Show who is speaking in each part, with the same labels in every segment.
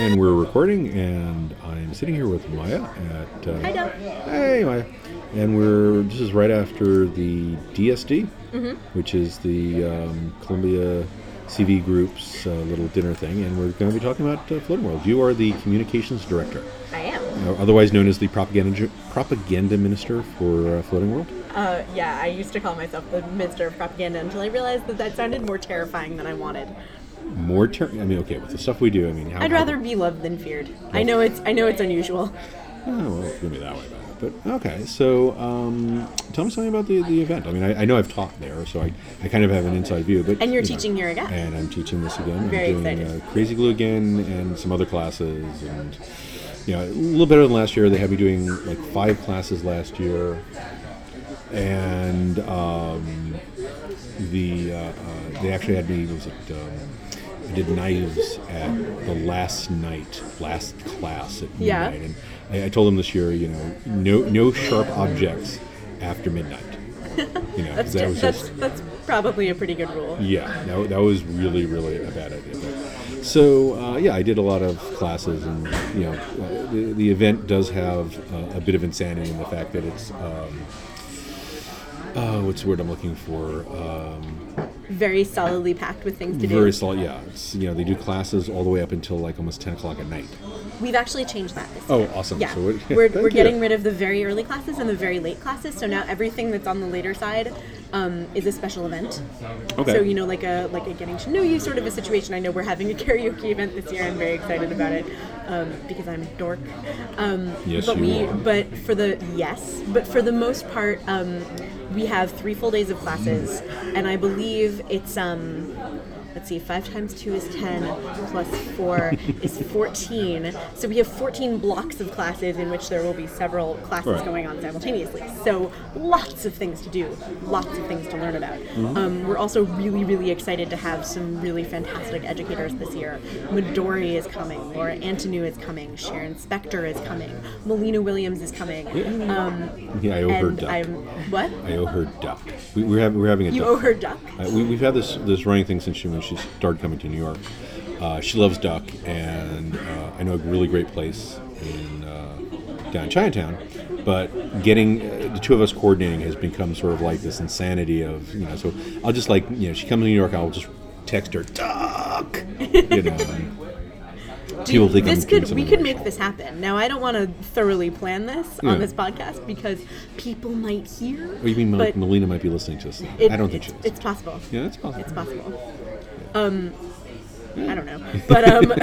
Speaker 1: And we're recording, and I'm sitting here with Maya at. Uh,
Speaker 2: Hi, Del.
Speaker 1: Hey, Maya. And we're this is right after the DSD,
Speaker 2: Mm-hmm.
Speaker 1: which is the um, Columbia CV Group's uh, little dinner thing, and we're going to be talking about uh, Floating World. You are the communications director,
Speaker 2: I am.
Speaker 1: uh, otherwise known as the propaganda propaganda minister for uh, Floating World.
Speaker 2: Uh, yeah, I used to call myself the Minister of Propaganda until I realized that that sounded more terrifying than I wanted.
Speaker 1: More, ter- I mean, okay, with the stuff we do, I mean, how,
Speaker 2: I'd rather be loved than feared. I know it's I know it's unusual.
Speaker 1: Oh, well, it's going to be that way about it. But okay, so um, tell me something about the, the event. I mean, I, I know I've taught there, so I, I kind of have an inside view. But
Speaker 2: And you're
Speaker 1: you know,
Speaker 2: teaching here again.
Speaker 1: And I'm teaching this again.
Speaker 2: Very
Speaker 1: I'm doing
Speaker 2: excited.
Speaker 1: Uh, Crazy Glue again, and some other classes, and you know, a little better than last year. They had me doing like five classes last year, and um, the uh, uh, they actually had me was it. Um, I did knives at the last night, last class at midnight,
Speaker 2: Yeah.
Speaker 1: and I, I told them this year, you know, no no sharp objects after midnight. You know, 'cause
Speaker 2: That's
Speaker 1: that
Speaker 2: ju-
Speaker 1: was
Speaker 2: that's,
Speaker 1: just
Speaker 2: that's probably a pretty good rule.
Speaker 1: yeah, that, that was really, really a bad idea. But- So, uh, yeah, I did a lot of classes, and you know, uh, the, the event does have uh, a bit of insanity in the fact that it's um, uh, what's the word I'm looking for? Um,
Speaker 2: Very solidly packed with things to
Speaker 1: very
Speaker 2: do.
Speaker 1: solid. Yeah, it's, you know, they do classes all the way up until like almost 10 o'clock at night.
Speaker 2: We've actually changed that this
Speaker 1: Oh,
Speaker 2: year.
Speaker 1: awesome!
Speaker 2: Yeah,
Speaker 1: So what-
Speaker 2: we're,
Speaker 1: Thank
Speaker 2: we're
Speaker 1: you.
Speaker 2: getting rid of the very early classes and the very late classes. So now everything that's on the later side um, is a special event.
Speaker 1: Okay.
Speaker 2: So you know, like a like a getting to know you sort of a situation. I know we're having a karaoke event this year. I'm very excited about it um, because I'm a dork. Um,
Speaker 1: Yes,
Speaker 2: but
Speaker 1: you
Speaker 2: we,
Speaker 1: are.
Speaker 2: But for the yes, but for the most part, um, we have three full days of classes, and I believe it's um, let's see, five times two is ten, plus four is fourteen. So we have fourteen blocks of classes in which there will be several classes
Speaker 1: Right.
Speaker 2: going on simultaneously. So lots of things to do, lots of things to learn about.
Speaker 1: Mm-hmm.
Speaker 2: Um, we're also really, really excited to have some really fantastic educators this year. Midori is coming, Laura Antonou is coming, Sharon Spector is coming, Melina Williams is coming. Um,
Speaker 1: Yeah, I owe her
Speaker 2: and
Speaker 1: duck.
Speaker 2: I'm what?
Speaker 1: I owe her duck. We, we're, having, we're having a
Speaker 2: You
Speaker 1: duck.
Speaker 2: owe her duck.
Speaker 1: Uh, we, we've had this this running thing since she when she started coming to New York. Uh, she loves duck, and uh, I know a really great place in uh, down in Chinatown. But getting uh, the two of us coordinating has become sort of like this insanity of you know. So I'll just like you know she comes to New York, I'll just text her duck. You know, and people think I'm
Speaker 2: this
Speaker 1: doing
Speaker 2: could we
Speaker 1: something
Speaker 2: could
Speaker 1: racial.
Speaker 2: make this happen. Now I don't want to thoroughly plan this
Speaker 1: Yeah.
Speaker 2: on this podcast because people might hear.
Speaker 1: What do you mean, Mel-
Speaker 2: but
Speaker 1: Melina might be listening to this?
Speaker 2: it-
Speaker 1: I don't think she
Speaker 2: it's,
Speaker 1: is.
Speaker 2: it's possible.
Speaker 1: Yeah, that's possible.
Speaker 2: It's possible. Um, I don't know, but um,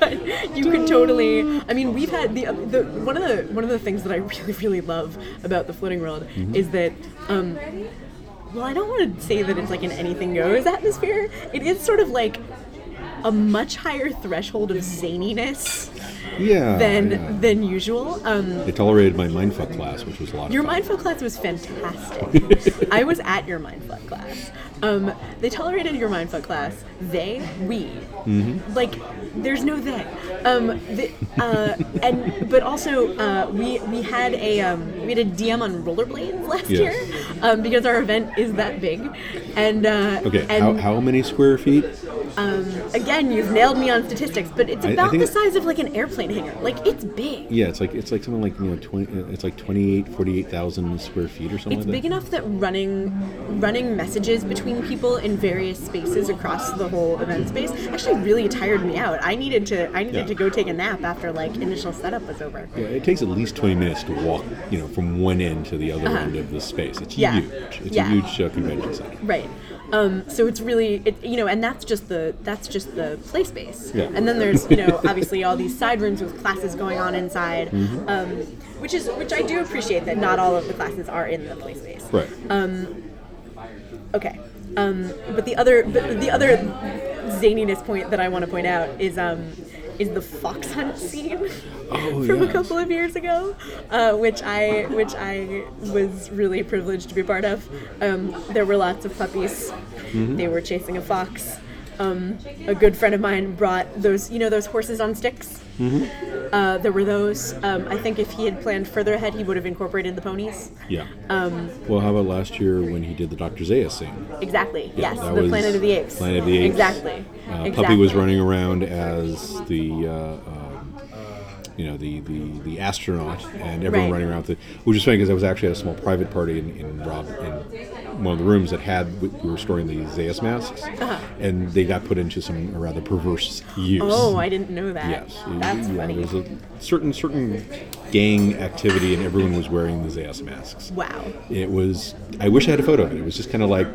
Speaker 2: but you could totally. I mean, we've had the, um, the one of the one of the things that I really really love about the floating world
Speaker 1: Mm-hmm.
Speaker 2: is that um, well, I don't want to say that it's like an anything goes atmosphere. It is sort of like a much higher threshold of zaniness
Speaker 1: yeah.
Speaker 2: than
Speaker 1: Oh, yeah.
Speaker 2: than usual. Um,
Speaker 1: they tolerated my mindfuck class, which was a lot of
Speaker 2: your
Speaker 1: fun.
Speaker 2: mindfuck class was fantastic. I was at your mindfuck class. Um, they tolerated your mindfuck class. They, we,
Speaker 1: Mm-hmm.
Speaker 2: like, there's no they. Um, the, uh, and but also uh, we we had a um, we had a DM on rollerblades last
Speaker 1: Yes.
Speaker 2: year um, because our event is that big, and uh,
Speaker 1: Okay, how,
Speaker 2: and
Speaker 1: how many square feet?
Speaker 2: again you've nailed me on statistics, but it's
Speaker 1: I- I
Speaker 2: about
Speaker 1: think
Speaker 2: the
Speaker 1: it-
Speaker 2: size of like an airplane hangar. Like it's big.
Speaker 1: Yeah, it's like it's like something like you know twenty. It's like 28, 48,000 square feet or something
Speaker 2: It's
Speaker 1: like
Speaker 2: big
Speaker 1: that.
Speaker 2: enough that running running messages between people in various spaces across the whole event space actually really tired me out. I needed to I needed
Speaker 1: Yeah.
Speaker 2: to go take a nap after like initial setup was over.
Speaker 1: Yeah, it takes at least twenty minutes to walk, you know, from one end to the other end of the space. It's
Speaker 2: Uh-huh. Yeah.
Speaker 1: huge. It's
Speaker 2: Yeah.
Speaker 1: a huge uh, convention center.
Speaker 2: Right. Um, so it's really it, you know, and that's just the that's just the play space.
Speaker 1: Yeah.
Speaker 2: And then there's you know obviously all these side rooms with classes going on inside,
Speaker 1: Mm-hmm.
Speaker 2: um, which is which I do appreciate that not all of the classes are in the play space.
Speaker 1: Right.
Speaker 2: Uh, Okay. Um, but the other but the other zaniness point that I want to point out is um, is the fox hunt scene
Speaker 1: Oh,
Speaker 2: from
Speaker 1: yes.
Speaker 2: a couple of years ago, uh, which I which I was really
Speaker 1: Mm-hmm.
Speaker 2: privileged to be part of. Um, there were lots of puppies. They were chasing a fox. um, a good friend of mine brought those, you know, those horses on sticks.
Speaker 1: Mm-hmm.
Speaker 2: Uh, there were those. Um, I think if he had planned further ahead, he would have incorporated the ponies.
Speaker 1: Yeah.
Speaker 2: um,
Speaker 1: well, how about last year when he did the Dr. Zaya scene?
Speaker 2: Exactly.
Speaker 1: Yeah,
Speaker 2: yes.
Speaker 1: that
Speaker 2: The
Speaker 1: was
Speaker 2: Planet of the Apes.
Speaker 1: Planet of the Apes.
Speaker 2: Exactly.
Speaker 1: Uh,
Speaker 2: exactly.
Speaker 1: Puppy was running around as the. Uh, um, you know the, the, the astronaut and everyone
Speaker 2: Right.
Speaker 1: running around with it, which is funny because I was actually at a small private party in, in Rob in one of the rooms that had we were storing the Zaius masks,
Speaker 2: Uh-huh.
Speaker 1: and they got put into some rather perverse use.
Speaker 2: Oh, I didn't know that.
Speaker 1: Yes, it-
Speaker 2: That's
Speaker 1: yeah,
Speaker 2: funny.
Speaker 1: There was a certain certain gang activity, and everyone was wearing the Zayas masks.
Speaker 2: Wow.
Speaker 1: It was. I wish I had a photo of it. It was just kind of like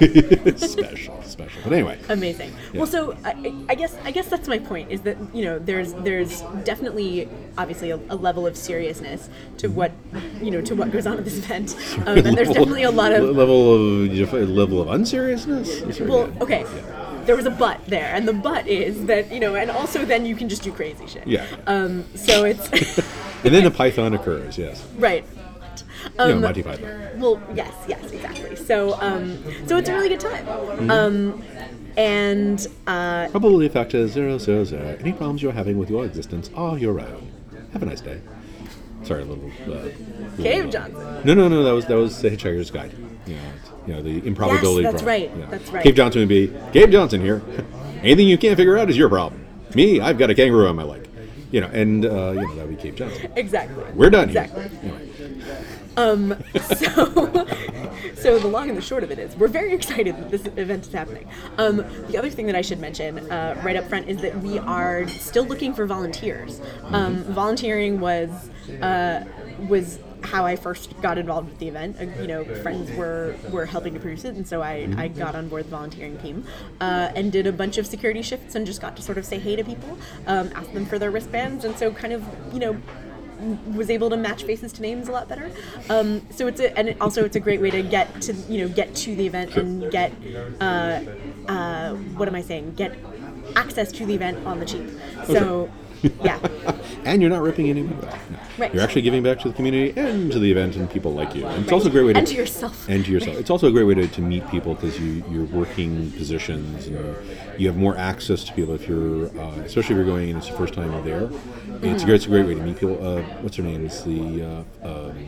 Speaker 1: special, special. But anyway,
Speaker 2: amazing. Well, so I, I guess I guess that's my point is that you know there's there's definitely obviously a, a level of seriousness to
Speaker 1: Mm-hmm.
Speaker 2: what you know to what goes on at this event, um, and there's
Speaker 1: Level-
Speaker 2: definitely a lot of
Speaker 1: level of you know, level of unseriousness. It's very
Speaker 2: well,
Speaker 1: good.
Speaker 2: okay. There was a but there, and the but is that you know, and also then you can just do crazy shit.
Speaker 1: Yeah.
Speaker 2: Um. So it's
Speaker 1: And then a python occurs. Yes.
Speaker 2: right.
Speaker 1: You
Speaker 2: Um,
Speaker 1: know, Monty Python.
Speaker 2: Well, yes, yes, exactly. So, um, so it's a really good time. Um, and uh,
Speaker 1: Probability factor zero zero zero. Any problems you're having with your existence are your own. Have a nice day. Sorry, a little. Uh,
Speaker 2: Cave
Speaker 1: little-
Speaker 2: Johnson.
Speaker 1: No, no, no. That was that was the Hitchhiker's Guide. You know, it's- you know the improbability.
Speaker 2: Yes, that's
Speaker 1: problem.
Speaker 2: right,
Speaker 1: Yeah.
Speaker 2: that's right.
Speaker 1: Gabe Johnson would be Gabe Johnson here. Anything you can't figure out is your problem. Me, I've got a kangaroo on my leg. You know, and uh, you know that would be Gabe Johnson.
Speaker 2: Exactly.
Speaker 1: We're done
Speaker 2: Exactly.
Speaker 1: here. Anyway,
Speaker 2: Um, so, so the long and the short of it is, we're very excited that this event is happening. Um, the other thing that I should mention uh, right up front is that we are still looking for volunteers. Um, volunteering was uh, was how I first got involved with the event. Uh, you know, friends were were helping to produce it, and so I, I got on board the volunteering team uh, and did a bunch of security shifts and just got to sort of say hey to people, um, ask them for their wristbands, and so kind of you know was able to match faces to names a lot better. Um, so it's a, and it also it's a great way to get to you know get to the event and get uh, uh, what am I saying? Get access to the event on the cheap. So yeah,
Speaker 1: and you're not ripping anyone off. No.
Speaker 2: Right.
Speaker 1: You're actually giving back to the community and to the event and people like you. And it's also a great way to
Speaker 2: And to yourself.
Speaker 1: And to yourself. It's also a great way to, to meet people because you you're working positions and you have more access to people if you're uh, especially if you're going and it's the first time you're there. It's, a great, it's a great way to meet people. Uh, what's her name? It's the uh, um,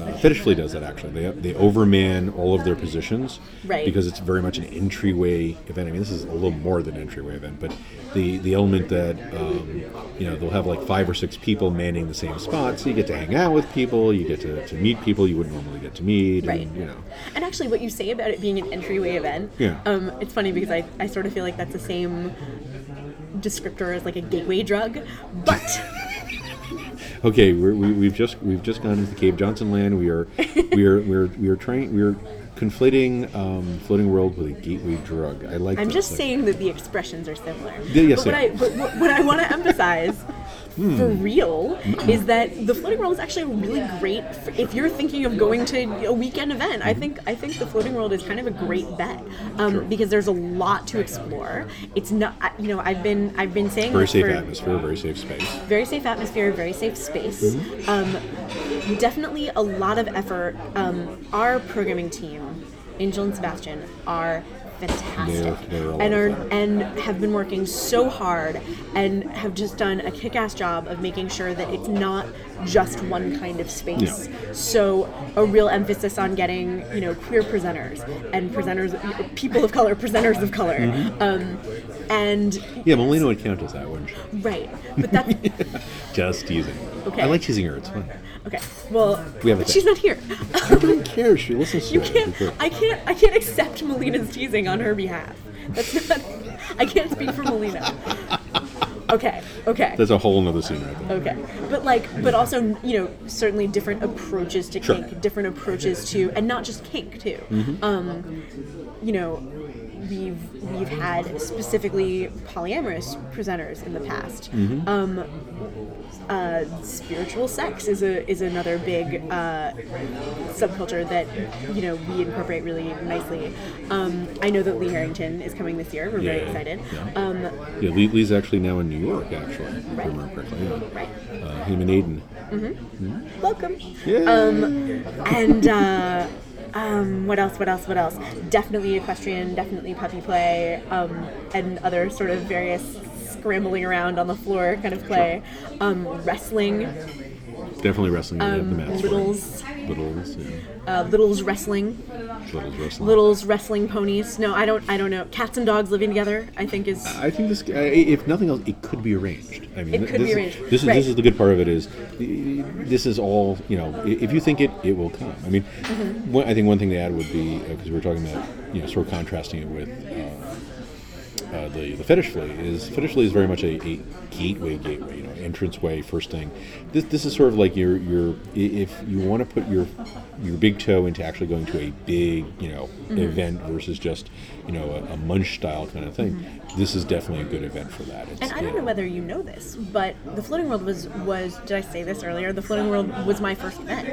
Speaker 1: uh, Fetish Flea does that actually. They they overman all of their positions
Speaker 2: Right.
Speaker 1: because because it's very much an entryway event. I mean, this is a little more than an entryway event, but the the element that um, you know they'll have like five or six people manning the same spot, so you get to hang out with people, you get to, to meet people you wouldn't normally get to meet,
Speaker 2: Right.
Speaker 1: and you know,
Speaker 2: And actually, what you say about it being an entryway event,
Speaker 1: Yeah.
Speaker 2: um, it's funny because I, I sort of feel like that's the same descriptor as like a gateway drug, but
Speaker 1: okay, we're, we, we've just we've just gone into Cave Johnson land. We are we are we are we are trying we are conflating um, floating world with a gateway drug. I like.
Speaker 2: I'm
Speaker 1: this.
Speaker 2: just
Speaker 1: Like,
Speaker 2: saying that the expressions are similar.
Speaker 1: Yeah, Hmm. yes,
Speaker 2: but what
Speaker 1: yeah.
Speaker 2: I but what, what I want to emphasize for real is that the floating world is actually really great for, if you're thinking of going to a weekend event.
Speaker 1: Mm-hmm.
Speaker 2: I think I think the floating world is kind of a great bet um, because there's a lot to explore. It's not I- you know I've been I've been saying
Speaker 1: Very
Speaker 2: this
Speaker 1: safe
Speaker 2: for-
Speaker 1: atmosphere, very safe space.
Speaker 2: very safe atmosphere, very safe space.
Speaker 1: Mm-hmm.
Speaker 2: Um, definitely a lot of effort. Um, our programming team, Angel and Sebastian, are fantastic
Speaker 1: They're- they're all
Speaker 2: and are
Speaker 1: over that.
Speaker 2: and have been working so hard and have just done a kick-ass job of making sure that it's not just one kind of space. So a real emphasis on getting you know queer presenters and presenters people of color, presenters of color,
Speaker 1: Mm-hmm.
Speaker 2: um, and
Speaker 1: Yeah, Molina would count as that, wouldn't she?
Speaker 2: right. But that's
Speaker 1: Just teasing. her.
Speaker 2: Okay.
Speaker 1: I like teasing her. It's fun.
Speaker 2: Okay. Well,
Speaker 1: We have a
Speaker 2: she's
Speaker 1: thing.
Speaker 2: not here.
Speaker 1: I don't care. She listens to
Speaker 2: you
Speaker 1: it.
Speaker 2: can't. I can't. I can't accept Melina's teasing on her behalf. That's not. I can't speak for Melina. Okay. Okay.
Speaker 1: That's a whole nother scene right there.
Speaker 2: Okay. But like, but also, you know, certainly different approaches to
Speaker 1: Sure. Mm-hmm.
Speaker 2: kink, different approaches to, and not just kink too. Um, you know, we've we've had specifically polyamorous presenters in the past.
Speaker 1: Mm-hmm.
Speaker 2: Um, uh, spiritual sex is a is another big uh, subculture that you know we incorporate really nicely. Um, I know that Lee Harrington is coming this year. We're
Speaker 1: Yeah,
Speaker 2: very
Speaker 1: yeah,
Speaker 2: excited.
Speaker 1: yeah.
Speaker 2: Um,
Speaker 1: Yeah, Lee, Lee's actually now in New York, actually, if I
Speaker 2: Right.
Speaker 1: remember correctly. Yeah.
Speaker 2: right.
Speaker 1: Uh, him and Aiden.
Speaker 2: Welcome.
Speaker 1: Yeah.
Speaker 2: and uh, Um, what else? What else? What else? Definitely equestrian. Definitely puppy play. Um, and other sort of various scrambling around on the floor kind of play. Um, wrestling.
Speaker 1: Definitely wrestling. we have the mats for it.
Speaker 2: um, Littles.
Speaker 1: Littles. Yeah.
Speaker 2: Uh, littles wrestling.
Speaker 1: Littles wrestling.
Speaker 2: Littles wrestling ponies. No, I don't. I don't know. Cats and dogs living together. I think is.
Speaker 1: I think this, uh, if nothing else, it could be arranged. I mean,
Speaker 2: It
Speaker 1: th-
Speaker 2: could
Speaker 1: this,
Speaker 2: be arranged,
Speaker 1: This is
Speaker 2: right.
Speaker 1: this is the good part of it is, i- this is all you know. i- If you think it, it will come. I mean,
Speaker 2: Mm-hmm.
Speaker 1: one, I think one thing to add would be because we were talking about you know sort of contrasting it with. Uh, uh, the, the fetish flea is fetish flea is very much a, a gateway gateway you know entrance way first thing this, this is sort of like your your i- if you want to put your your big toe into actually going to a big you know
Speaker 2: Mm-hmm.
Speaker 1: event versus just you know a, a munch style kind of thing this is definitely a good event for that it's,
Speaker 2: Mm-hmm. And I don't
Speaker 1: it-
Speaker 2: know whether you know this, but the floating world was was did I say this earlier? The floating world was my first event.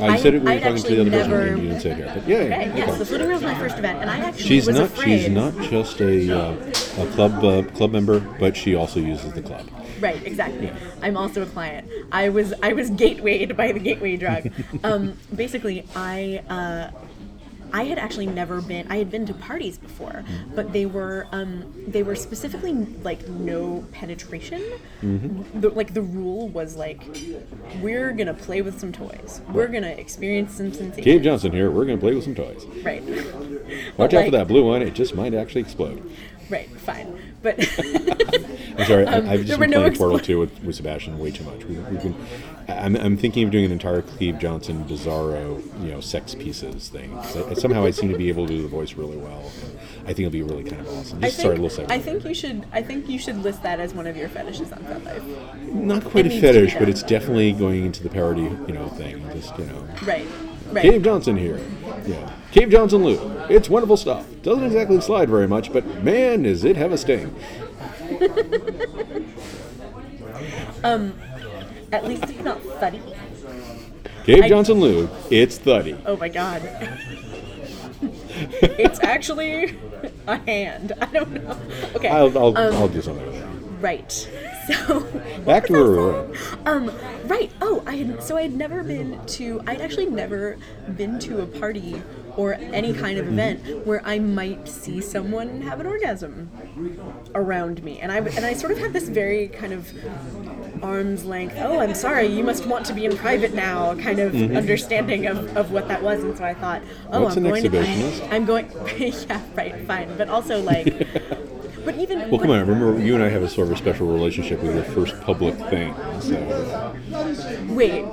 Speaker 1: I said it when you
Speaker 2: I'd
Speaker 1: were talking to the
Speaker 2: actually
Speaker 1: other person
Speaker 2: never-
Speaker 1: and you didn't say it here but yeah, yeah,
Speaker 2: Right?
Speaker 1: no
Speaker 2: Yes,
Speaker 1: problem.
Speaker 2: the floating world was my first event, and I actually
Speaker 1: She's
Speaker 2: was
Speaker 1: not.
Speaker 2: afraid.
Speaker 1: She's not just a, uh, a club uh, club member, but she also uses the club.
Speaker 2: Right, exactly.
Speaker 1: Yeah.
Speaker 2: I'm also a client. I was I was gatewayed by the gateway drug. um, basically, I uh, I had actually never been. I had been to parties before,
Speaker 1: Mm-hmm.
Speaker 2: but they were um, they were specifically like no penetration.
Speaker 1: Mm-hmm.
Speaker 2: The, like the rule was like, we're gonna play with some toys. We're gonna experience some sensations.
Speaker 1: Gabe Johnson here. We're going to play with some toys.
Speaker 2: Right.
Speaker 1: Watch out for
Speaker 2: Like-
Speaker 1: that blue one; it just might actually explode.
Speaker 2: Right. Fine. But
Speaker 1: I'm sorry, I, I've
Speaker 2: Um, there
Speaker 1: just
Speaker 2: were
Speaker 1: been
Speaker 2: no
Speaker 1: playing Portal
Speaker 2: explo-
Speaker 1: Two with, with Sebastian way too much. We, we've been, I- I'm, I'm thinking of doing an entire Cleve Johnson Bizarro, you know, sex pieces thing. 'Cause I- somehow I seem to be able to do the voice really well. And I think it'll be really kind of awesome.
Speaker 2: I
Speaker 1: Just
Speaker 2: think
Speaker 1: sorry, a little second.
Speaker 2: I think you should I think you should list that as one of your fetishes on Fat Life.
Speaker 1: Not quite
Speaker 2: it
Speaker 1: a
Speaker 2: needs to be
Speaker 1: fetish,
Speaker 2: done.
Speaker 1: but it's definitely going into the parody, you know, thing. Just you know,
Speaker 2: Right. Right.
Speaker 1: Cave Johnson here. Yeah, Cave Johnson Lou. It's wonderful stuff. Doesn't exactly slide very much, but man, does it have a sting.
Speaker 2: At least it's not thuddy.
Speaker 1: Cave
Speaker 2: I-
Speaker 1: Johnson Lou. It's thuddy.
Speaker 2: Oh my god. it's actually a hand. I don't know. Okay.
Speaker 1: I'll, I'll, I'll
Speaker 2: Um,
Speaker 1: do something with that.
Speaker 2: right. So
Speaker 1: Back to where we were.
Speaker 2: um right. Oh, I had so I had never been to I'd actually never been to a party or any kind of
Speaker 1: Mm-hmm.
Speaker 2: event where I might see someone have an orgasm around me. And I w- and I sort of had this very kind of arm's length, oh, I'm sorry, you must want to be in private now kind of understanding of, of what that was. And so I thought, oh,
Speaker 1: Mm-hmm. What's
Speaker 2: I'm
Speaker 1: an
Speaker 2: going to
Speaker 1: exhibitionist?
Speaker 2: I'm going, yeah, right, fine. But also, like, but even.
Speaker 1: Well, come
Speaker 2: but-
Speaker 1: on. Remember, you and I have a sort of a special relationship with your first public thing. So,
Speaker 2: Wait.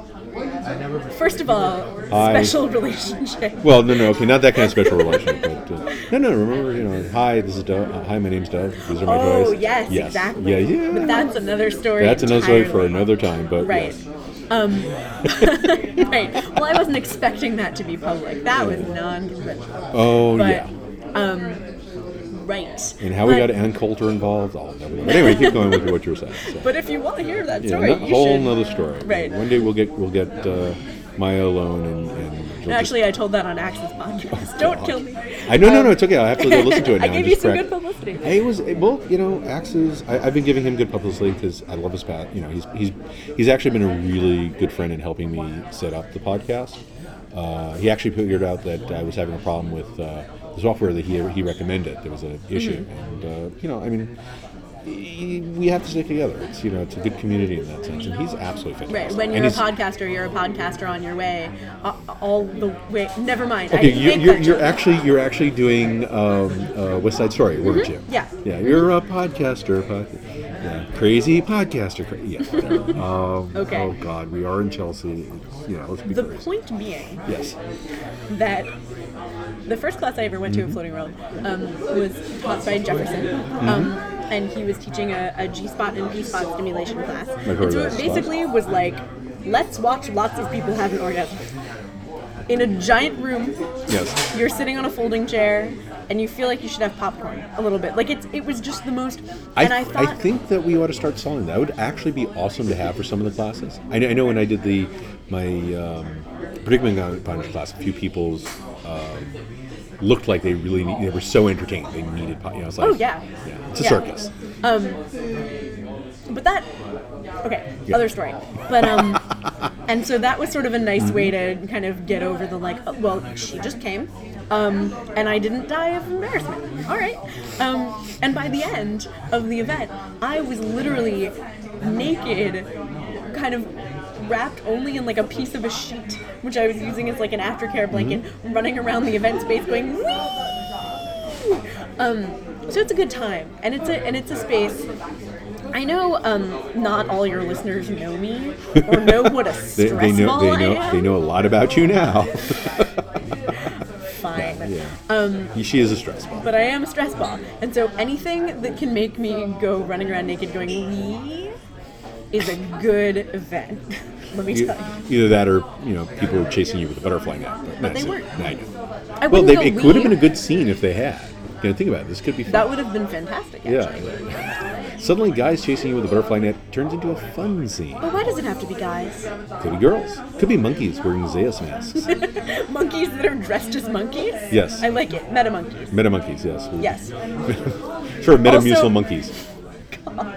Speaker 2: First of all,
Speaker 1: Hi.
Speaker 2: special relationship.
Speaker 1: well, no, no, okay, not that kind of special relationship. But uh, no, no. Remember, you know, hi, this is Dove. Uh, hi, my name's Dove. These are my
Speaker 2: oh,
Speaker 1: toys.
Speaker 2: yes, exactly.
Speaker 1: Yeah, yeah.
Speaker 2: But that's another story.
Speaker 1: That's another story for
Speaker 2: entirely.
Speaker 1: another time. But
Speaker 2: Right.
Speaker 1: yes.
Speaker 2: Um, right. Well, I wasn't expecting that to be public. That was non-conventional.
Speaker 1: Oh
Speaker 2: But,
Speaker 1: yeah.
Speaker 2: um, right.
Speaker 1: And how we
Speaker 2: But-
Speaker 1: got Ann Coulter involved. I'll never know. But anyway, keep going with what you were saying. So.
Speaker 2: But if you want to hear that
Speaker 1: yeah,
Speaker 2: story,
Speaker 1: no-
Speaker 2: you
Speaker 1: whole
Speaker 2: should.
Speaker 1: nother story.
Speaker 2: Right.
Speaker 1: One day we'll get we'll get uh, Maya alone and. and you'll just- Oh,
Speaker 2: Actually, I told that on Axis podcast. Don't kill me.
Speaker 1: I no no no it's okay. I have to go listen to it now.
Speaker 2: Um,
Speaker 1: and
Speaker 2: I gave you
Speaker 1: just
Speaker 2: some
Speaker 1: correct-
Speaker 2: good publicity.
Speaker 1: It was it- well, you know, Axe's. I, I've been giving him good publicity because I love his path. You know, he's he's he's actually been a really good friend in helping me set up the podcast. Uh, he actually figured out that I was having a problem with uh, the software that he he recommended. There was an issue, and
Speaker 2: Mm-hmm.
Speaker 1: uh, you know, I mean. y- We have to stick together. It's you know it's a good community in that sense, and he's absolutely fantastic.
Speaker 2: Right. When
Speaker 1: And
Speaker 2: you're a
Speaker 1: he's-
Speaker 2: podcaster, you're a podcaster on your way. Uh, all the way. Never mind.
Speaker 1: Okay,
Speaker 2: I
Speaker 1: you're,
Speaker 2: hate
Speaker 1: you're,
Speaker 2: that
Speaker 1: you're
Speaker 2: joke.
Speaker 1: actually you're actually doing um, uh, West Side Story, weren't you?
Speaker 2: Mm-hmm. Yeah.
Speaker 1: Yeah, you're a podcaster, pod, yeah, crazy podcaster. Cra- yeah. whatever. um,
Speaker 2: Okay.
Speaker 1: Oh God, we are in Chelsea. It's, you know, let's be
Speaker 2: The
Speaker 1: crazy.
Speaker 2: point being
Speaker 1: Yes.
Speaker 2: that the first class I ever went to in floating world um, was taught by Jefferson. Um, and he was teaching a, a G spot and P spot stimulation class.
Speaker 1: heard
Speaker 2: And so
Speaker 1: of
Speaker 2: it
Speaker 1: that
Speaker 2: basically was like, let's watch lots of people have an orgasm. In a giant room,
Speaker 1: Yes.
Speaker 2: you're sitting on a folding chair, and you feel like you should have popcorn a little bit. Like it's it was just the most. and I thought
Speaker 1: think that we ought to start selling that. would actually be awesome to have for some of the classes. I know, I know when I did the my um, predicament punch class, a few people's um, looked like they really need, they were so entertained they needed. po- You know, it's like,
Speaker 2: Oh, yeah.
Speaker 1: yeah, it's a
Speaker 2: Yeah.
Speaker 1: circus.
Speaker 2: But that okay,
Speaker 1: Yeah.
Speaker 2: other story. But um And so that was sort of a nice way to kind of get over the like, oh, well, she just came, um, and I didn't die of embarrassment. All right. Um, and by the end of the event, I was literally naked, kind of wrapped only in like a piece of a sheet, which I was using as like an aftercare blanket, running around the event space going, wee! Um, so it's a good time, and it's a and it's a space. I know um, not all your listeners know me or know what a
Speaker 1: They,
Speaker 2: stress
Speaker 1: they know
Speaker 2: ball
Speaker 1: they
Speaker 2: I
Speaker 1: know
Speaker 2: am.
Speaker 1: they know a lot about you now.
Speaker 2: Fine.
Speaker 1: yeah.
Speaker 2: Um,
Speaker 1: she is a stress ball.
Speaker 2: But I am a stress ball, and so anything that can make me go running around naked going wee is a good event. Let me
Speaker 1: You-
Speaker 2: tell you.
Speaker 1: E-, either that or you know people were chasing you with a butterfly net. But, that's
Speaker 2: they
Speaker 1: it.
Speaker 2: weren't.
Speaker 1: I know.
Speaker 2: I
Speaker 1: Well,
Speaker 2: wouldn't
Speaker 1: they,
Speaker 2: go
Speaker 1: it would have
Speaker 2: wee.
Speaker 1: been a good scene if they had. You know, think about it. This could be fun.
Speaker 2: That would have been fantastic. Actually.
Speaker 1: yeah. Suddenly, guys chasing you with a butterfly net turns into a fun scene.
Speaker 2: But why does it have to be guys?
Speaker 1: Could be girls. Could be monkeys wearing Zeus masks.
Speaker 2: Monkeys that are dressed as monkeys?
Speaker 1: Yes.
Speaker 2: I like it. Meta monkeys.
Speaker 1: Meta monkeys, yes.
Speaker 2: Yes. Oh,
Speaker 1: Sure, metamucil
Speaker 2: Also-
Speaker 1: monkeys.
Speaker 2: Oh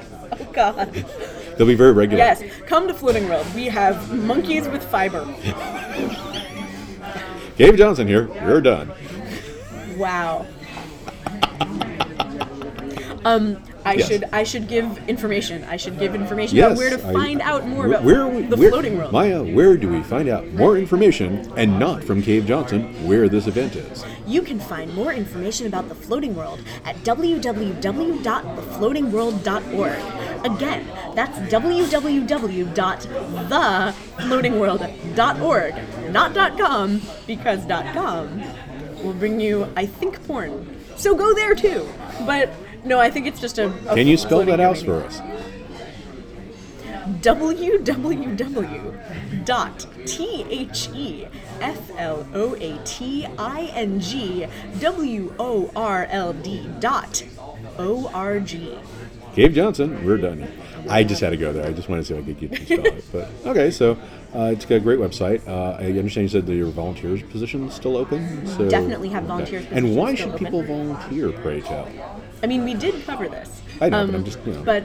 Speaker 2: god.
Speaker 1: They'll be very regular.
Speaker 2: Yes. Come to Floating World. We have monkeys with fiber.
Speaker 1: Gabe Johnson here. You're done.
Speaker 2: Wow. Um I
Speaker 1: Yes.
Speaker 2: should I should give information. I should give information
Speaker 1: Yes.
Speaker 2: about where to
Speaker 1: I-
Speaker 2: find out more
Speaker 1: where,
Speaker 2: about
Speaker 1: where, we-
Speaker 2: the
Speaker 1: where-
Speaker 2: floating world.
Speaker 1: Maya, where do we find out more information and not from Cave Johnson where this event is?
Speaker 2: You can find more information about the floating world at www.thefloatingworld.org. Again, that's www.thefloatingworld.org, not .com because .com will bring you I think porn. So go there too. But no, I think it's just a, a
Speaker 1: Can you spell
Speaker 2: floating
Speaker 1: that out for
Speaker 2: domain.
Speaker 1: us?
Speaker 2: e www.thefloatingworld.org.
Speaker 1: Cave Johnson, we're done. I just had to go there. I just wanted to see if I could get you to spell it. But okay, so uh, it's got a great website. Uh, I understand you said that your volunteers position is still open. So
Speaker 2: Definitely have
Speaker 1: okay.
Speaker 2: volunteers
Speaker 1: And why
Speaker 2: positions
Speaker 1: should people
Speaker 2: still
Speaker 1: volunteer? Pray tell.
Speaker 2: I mean, we did cover this. um,
Speaker 1: I know, but I'm just, you know.
Speaker 2: But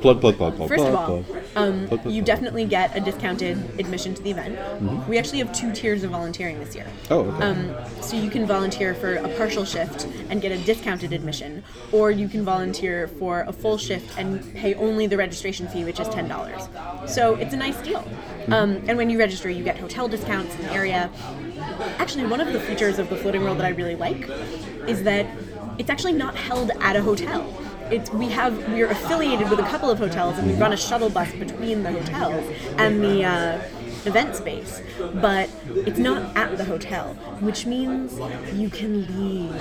Speaker 1: Plug, plug, plug, plug,
Speaker 2: first
Speaker 1: plug,
Speaker 2: of all,
Speaker 1: plug.
Speaker 2: um,
Speaker 1: Plug, plug,
Speaker 2: you
Speaker 1: plug.
Speaker 2: definitely get a discounted admission to the event.
Speaker 1: Mm-hmm.
Speaker 2: We actually have two tiers of volunteering this year.
Speaker 1: Oh, okay.
Speaker 2: Um, so you can volunteer for a partial shift and get a discounted admission, or you can volunteer for a full shift and pay only the registration fee, which is ten dollars. So it's a nice deal. Um, and when you register, you get hotel discounts in the area. Actually, one of the features of the floating world that I really like is that it's actually not held at a hotel. It's, we have we're affiliated with a couple of hotels and we run a shuttle bus between the hotels and the uh, event space, but it's not at the hotel, which means you can leave.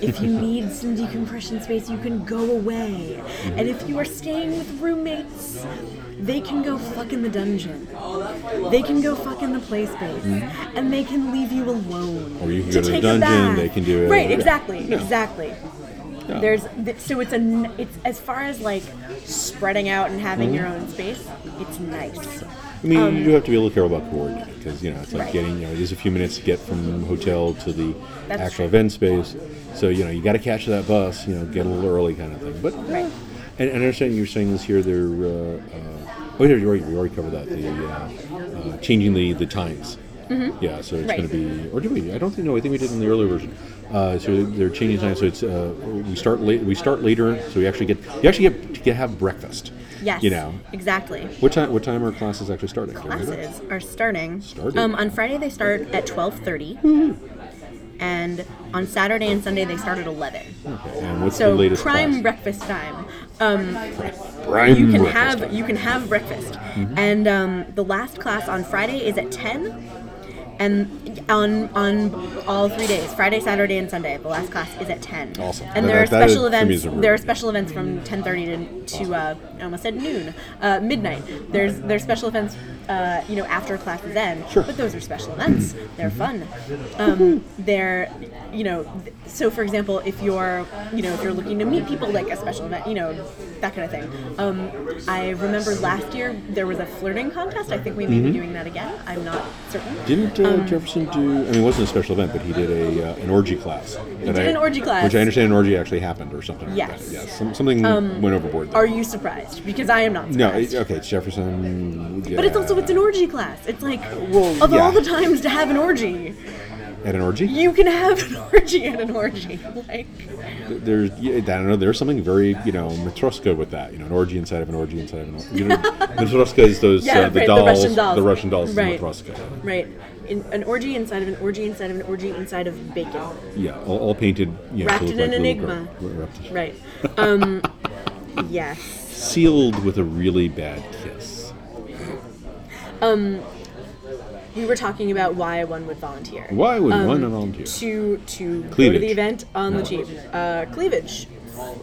Speaker 2: If you need some decompression space, you can go away. And if you are staying with roommates, they can go fuck in the dungeon. They can go fuck in the play space, and they can leave you alone.
Speaker 1: Mm-hmm. Or you can go to the
Speaker 2: take a
Speaker 1: dungeon,
Speaker 2: bath.
Speaker 1: they can do it,
Speaker 2: Right,
Speaker 1: yeah.
Speaker 2: exactly,
Speaker 1: No.
Speaker 2: exactly.
Speaker 1: Yeah.
Speaker 2: There's th- so it's a n- it's as far as like spreading out and having
Speaker 1: Mm-hmm.
Speaker 2: your own space. It's nice.
Speaker 1: I mean, you do have to be a little careful about coordinating because you know it's like
Speaker 2: Um, Right.
Speaker 1: getting you know it is a few minutes to get from hotel to the
Speaker 2: That's
Speaker 1: actual
Speaker 2: true.
Speaker 1: event space. So you know you got to catch that bus. You know, get a little early kind of thing. But
Speaker 2: Right.
Speaker 1: and, and I understand you were saying this here. There. Uh, uh, oh, yeah, you already, you already covered that. The uh, uh, changing the the times. Yeah, so it's
Speaker 2: Mm-hmm. Right.
Speaker 1: going to be, or do we? I don't think no. I think we did in the earlier version. Uh, so they're changing time. So it's uh, we start late. We start later. So we actually get you actually get to get, have breakfast.
Speaker 2: Yes.
Speaker 1: You know.
Speaker 2: Exactly.
Speaker 1: What time? What time are classes actually starting? Do you remember?
Speaker 2: Classes are starting.
Speaker 1: Starting.
Speaker 2: Um, on Friday they start at twelve thirty, and on Saturday and Sunday they start at eleven.
Speaker 1: And what's Hmm. the
Speaker 2: So
Speaker 1: latest
Speaker 2: prime
Speaker 1: class?
Speaker 2: breakfast time. Um,
Speaker 1: prime
Speaker 2: you can
Speaker 1: breakfast
Speaker 2: have
Speaker 1: time. Mm-hmm.
Speaker 2: you can have breakfast, and um, the last class on Friday is at ten. And on on all three days, Friday, Saturday, and Sunday, the last class is at ten.
Speaker 1: Awesome.
Speaker 2: And
Speaker 1: That-
Speaker 2: there are
Speaker 1: that is-
Speaker 2: special
Speaker 1: to me
Speaker 2: events.
Speaker 1: is a really
Speaker 2: There are
Speaker 1: good
Speaker 2: special events from ten thirty to, to uh, I almost said noon, uh, midnight. There's there's special events, uh, you know, after classes end.
Speaker 1: Sure.
Speaker 2: But those are special events. They're fun. Um, they're, you know, th- so for example, if you're, you know, if you're looking to meet people like a special event, you know, that kind of thing. Um, I
Speaker 1: Mm-hmm.
Speaker 2: remember last year there was a flirting contest. I think we may be doing that again. I'm not certain.
Speaker 1: Didn't uh,
Speaker 2: um,
Speaker 1: did Jefferson do? I mean, it wasn't a special event, but he did a uh, an orgy class. He
Speaker 2: did an orgy class.
Speaker 1: which I understand an orgy actually happened or something. like
Speaker 2: Yes. Um,
Speaker 1: that. yes, some, something went overboard. There.
Speaker 2: Are you surprised? Because I am not
Speaker 1: no,
Speaker 2: surprised.
Speaker 1: it- uh, okay, it's Jefferson.
Speaker 2: But it's also it's an
Speaker 1: yeah.
Speaker 2: orgy class. It's like
Speaker 1: Well,
Speaker 2: of
Speaker 1: yeah.
Speaker 2: all the times to have an orgy,
Speaker 1: at an orgy.
Speaker 2: you can have an orgy at an orgy. Like
Speaker 1: there's yeah, I don't know there's something very you know matroska with that you know an orgy inside of an orgy inside of an orgy. You know, matroska is those
Speaker 2: Yeah,
Speaker 1: uh, the
Speaker 2: right, the
Speaker 1: dolls
Speaker 2: Russian dolls.
Speaker 1: the Russian dolls is
Speaker 2: Right.
Speaker 1: matroska
Speaker 2: right, in, an orgy inside of an orgy inside of an orgy inside of bacon.
Speaker 1: yeah all, all painted you know,
Speaker 2: Wrapped
Speaker 1: to
Speaker 2: in
Speaker 1: look
Speaker 2: an
Speaker 1: like little
Speaker 2: enigma.
Speaker 1: girl- wrapped-
Speaker 2: Right. Um. yes.
Speaker 1: sealed with a really bad kiss
Speaker 2: We were talking about why one would volunteer.
Speaker 1: why would
Speaker 2: Um,
Speaker 1: one volunteer
Speaker 2: to to go to
Speaker 1: Cleavage.
Speaker 2: the event on
Speaker 1: No.
Speaker 2: the cheap. Uh, cleavage.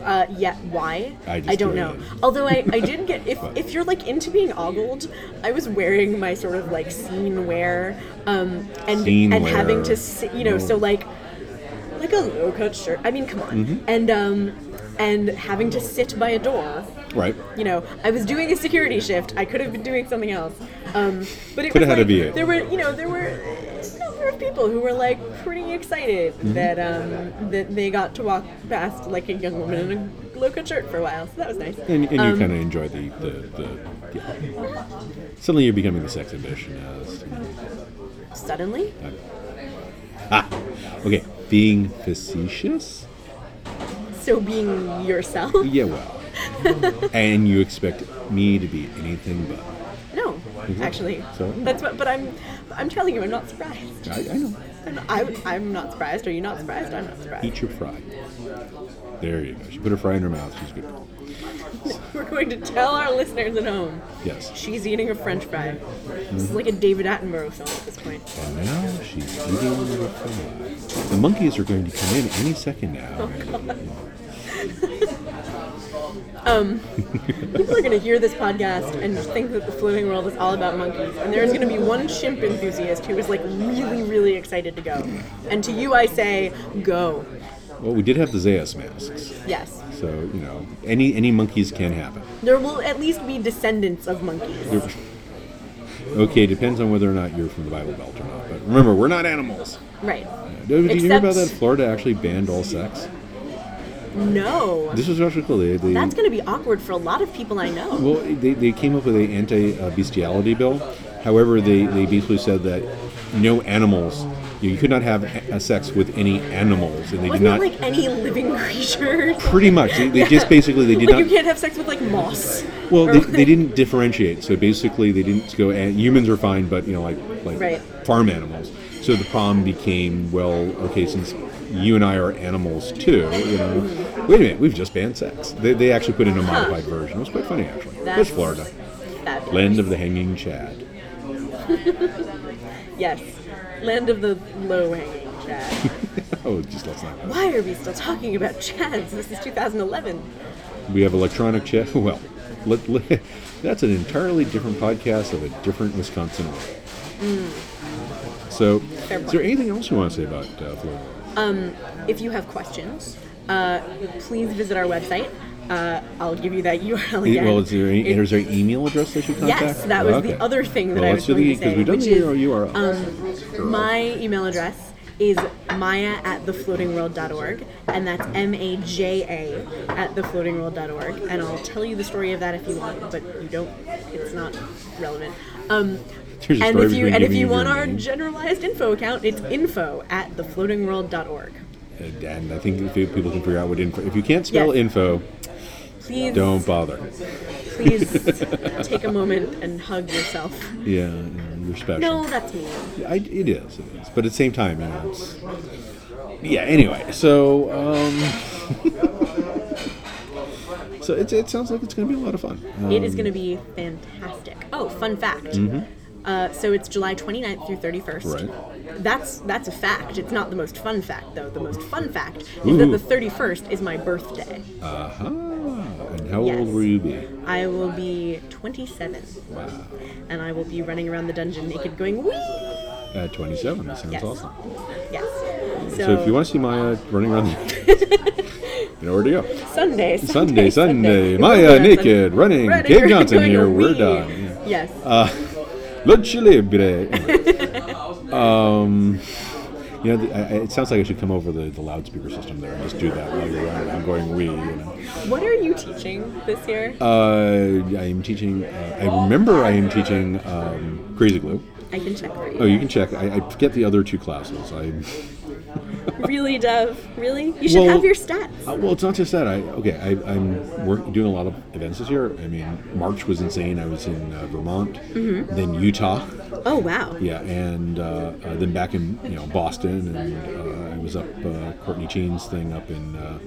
Speaker 2: Uh, yeah, why?
Speaker 1: I just
Speaker 2: don't
Speaker 1: threw it
Speaker 2: know.
Speaker 1: in.
Speaker 2: Although I, I did get if if you're like into being ogled, I was wearing my sort of like scene wear, um, and
Speaker 1: Scene
Speaker 2: and
Speaker 1: wear.
Speaker 2: having to sit, you know, so like like a low cut shirt. I mean, come on,
Speaker 1: Mm-hmm.
Speaker 2: and um, and having to sit by a door.
Speaker 1: right
Speaker 2: You know, I was doing a security shift. I could have been doing something else, um, but it
Speaker 1: Could
Speaker 2: was
Speaker 1: have had a
Speaker 2: like,
Speaker 1: VA.
Speaker 2: there were you know there were a number of people who were like pretty excited
Speaker 1: Mm-hmm.
Speaker 2: that um, that they got to walk past like a young woman in a low cut shirt for a while. So that was nice.
Speaker 1: and, and you
Speaker 2: um,
Speaker 1: kind of enjoy the the, the yeah. suddenly you're becoming the sex ambitionist
Speaker 2: Suddenly,
Speaker 1: ah okay being facetious
Speaker 2: so being yourself,
Speaker 1: yeah well and you expect me to be anything but
Speaker 2: no, actually,
Speaker 1: Mm-hmm. So?
Speaker 2: that's what. But I'm I'm telling you, I'm not surprised.
Speaker 1: I, I know.
Speaker 2: I'm, I, I'm not surprised. Are you not surprised? I'm not surprised.
Speaker 1: Eat your fry. There you go. She put her fry in her mouth. She's good.
Speaker 2: We're going to tell our listeners at home.
Speaker 1: Yes.
Speaker 2: She's eating a French fry. This is like a David Attenborough film at this point.
Speaker 1: And now she's eating her fry. The monkeys are going to come in any second now.
Speaker 2: People are going to hear this podcast and think that the floating world is all about monkeys. And there's going to be one chimp enthusiast who is like really, really excited to go. And to you, I say, go.
Speaker 1: Well, we did have the Zayas masks.
Speaker 2: Yes.
Speaker 1: So, you know, any any monkeys can happen.
Speaker 2: There will at least be descendants of monkeys.
Speaker 1: They're- Okay, depends on whether or not you're from the Bible Belt or not. But remember, we're not animals.
Speaker 2: Right.
Speaker 1: Did you hear about that?
Speaker 2: Except-
Speaker 1: Florida actually banned all sex.
Speaker 2: No.
Speaker 1: This was actually cool. They, they,
Speaker 2: That's going to be awkward for a lot of people I know.
Speaker 1: Well, they, they came up with a anti-bestiality bill. However, they, they basically said that no animals, you could not have a a sex with any animals, and they did
Speaker 2: Wasn't
Speaker 1: not.
Speaker 2: it like any living creature?
Speaker 1: pretty much, they, they just basically they did
Speaker 2: Like you
Speaker 1: not.
Speaker 2: can't have sex with like moss.
Speaker 1: Well,
Speaker 2: or
Speaker 1: they,
Speaker 2: like-
Speaker 1: they didn't differentiate. So basically, they didn't go. And humans are fine, but you know, like like
Speaker 2: Right.
Speaker 1: farm animals. So the problem became, well, okay, since you and I are animals too, you know.
Speaker 2: Mm-hmm.
Speaker 1: Wait a minute, we've just banned sex. They, they actually put in a modified version. It was quite funny actually. It was
Speaker 2: That's
Speaker 1: Florida,
Speaker 2: fabulous.
Speaker 1: land of the hanging Chad.
Speaker 2: Yes. Land of the low hanging Chad.
Speaker 1: Oh, just let's not.
Speaker 2: Why are we still talking about Chads? This is 2011.
Speaker 1: We have electronic chat. Well, let, let- that's an entirely different podcast of a different Wisconsin way. So, is
Speaker 2: Hmm. point.
Speaker 1: there anything else you want to say about uh, Florida?
Speaker 2: If you have questions, uh, please visit our website. Uh, I'll give you that URL again.
Speaker 1: well, e-, is there, any,
Speaker 2: It-
Speaker 1: is there an email address they should contact?
Speaker 2: Yes, that was the
Speaker 1: Okay.
Speaker 2: other thing that
Speaker 1: well,
Speaker 2: I
Speaker 1: let's
Speaker 2: was
Speaker 1: do
Speaker 2: going
Speaker 1: the
Speaker 2: to
Speaker 1: because
Speaker 2: say.
Speaker 1: we don't
Speaker 2: which
Speaker 1: need
Speaker 2: is, um,
Speaker 1: our URL.
Speaker 2: My email address is maya at thefloatingworld.org, and that's M A J A at thefloatingworld.org. And I'll tell you the story of that if you want, but you don't, it's not relevant. Um,
Speaker 1: There's a
Speaker 2: and
Speaker 1: story
Speaker 2: if you
Speaker 1: between
Speaker 2: and if
Speaker 1: giving
Speaker 2: you
Speaker 1: your
Speaker 2: want our
Speaker 1: name.
Speaker 2: generalized info account, it's info at thefloatingworld.org.
Speaker 1: and, and I think if you- people can figure out what info. If you can't spell
Speaker 2: Yes.
Speaker 1: info,
Speaker 2: Please,
Speaker 1: don't bother.
Speaker 2: please take a moment and hug yourself.
Speaker 1: Yeah, and you're special.
Speaker 2: No, that's me.
Speaker 1: I, it is, it is. But at the same time, you know, it's, yeah. Anyway, so um, so it, it sounds like it's going to be a lot of fun. Uh,
Speaker 2: It is going to be fantastic. Oh, fun fact.
Speaker 1: Mm-hmm.
Speaker 2: Uh, so it's July 29th through 31st.
Speaker 1: Right.
Speaker 2: That's that's a fact. It's not the most fun fact though. The most fun fact is that
Speaker 1: Ooh.
Speaker 2: the 31st is my birthday.
Speaker 1: aha! Uh-huh. And how
Speaker 2: Yes.
Speaker 1: old will you be?
Speaker 2: I will be 27
Speaker 1: Wow,
Speaker 2: and I will be running around the dungeon naked going wee.
Speaker 1: at 27. That sounds
Speaker 2: Yes.
Speaker 1: awesome.
Speaker 2: Yes.
Speaker 1: So, if you want to see Maya running around, the, you know where to go.
Speaker 2: Sunday,
Speaker 1: Sunday,
Speaker 2: Sunday,
Speaker 1: Sunday,
Speaker 2: It
Speaker 1: Maya
Speaker 2: wasn't on
Speaker 1: naked,
Speaker 2: Sunday.
Speaker 1: running, Gabe
Speaker 2: around
Speaker 1: Johnson Uh,
Speaker 2: going
Speaker 1: here, we're
Speaker 2: wee.
Speaker 1: done.
Speaker 2: Yes.
Speaker 1: Lucha libre. Um, you know, the, I, I- it sounds like I should come over the, the loudspeaker system there and just do that while you're on. I'm going we. You know.
Speaker 2: What are you teaching this year?
Speaker 1: Uh, I am teaching. Uh, I remember I am teaching um, Crazy Glue.
Speaker 2: I can check for you.
Speaker 1: Oh, you can check. I, I forget the other two classes. I
Speaker 2: Really, Dove? Really? You should
Speaker 1: Well-
Speaker 2: have your stats.
Speaker 1: uh, well, it's not just that. I okay. I, I'm work, doing a lot of events this year. I mean, March was insane. I was in uh, Vermont, then Utah.
Speaker 2: Oh wow.
Speaker 1: Yeah, and uh, uh, then back in you know Boston, and uh, I was up uh, Courtney Cheen's thing up in uh,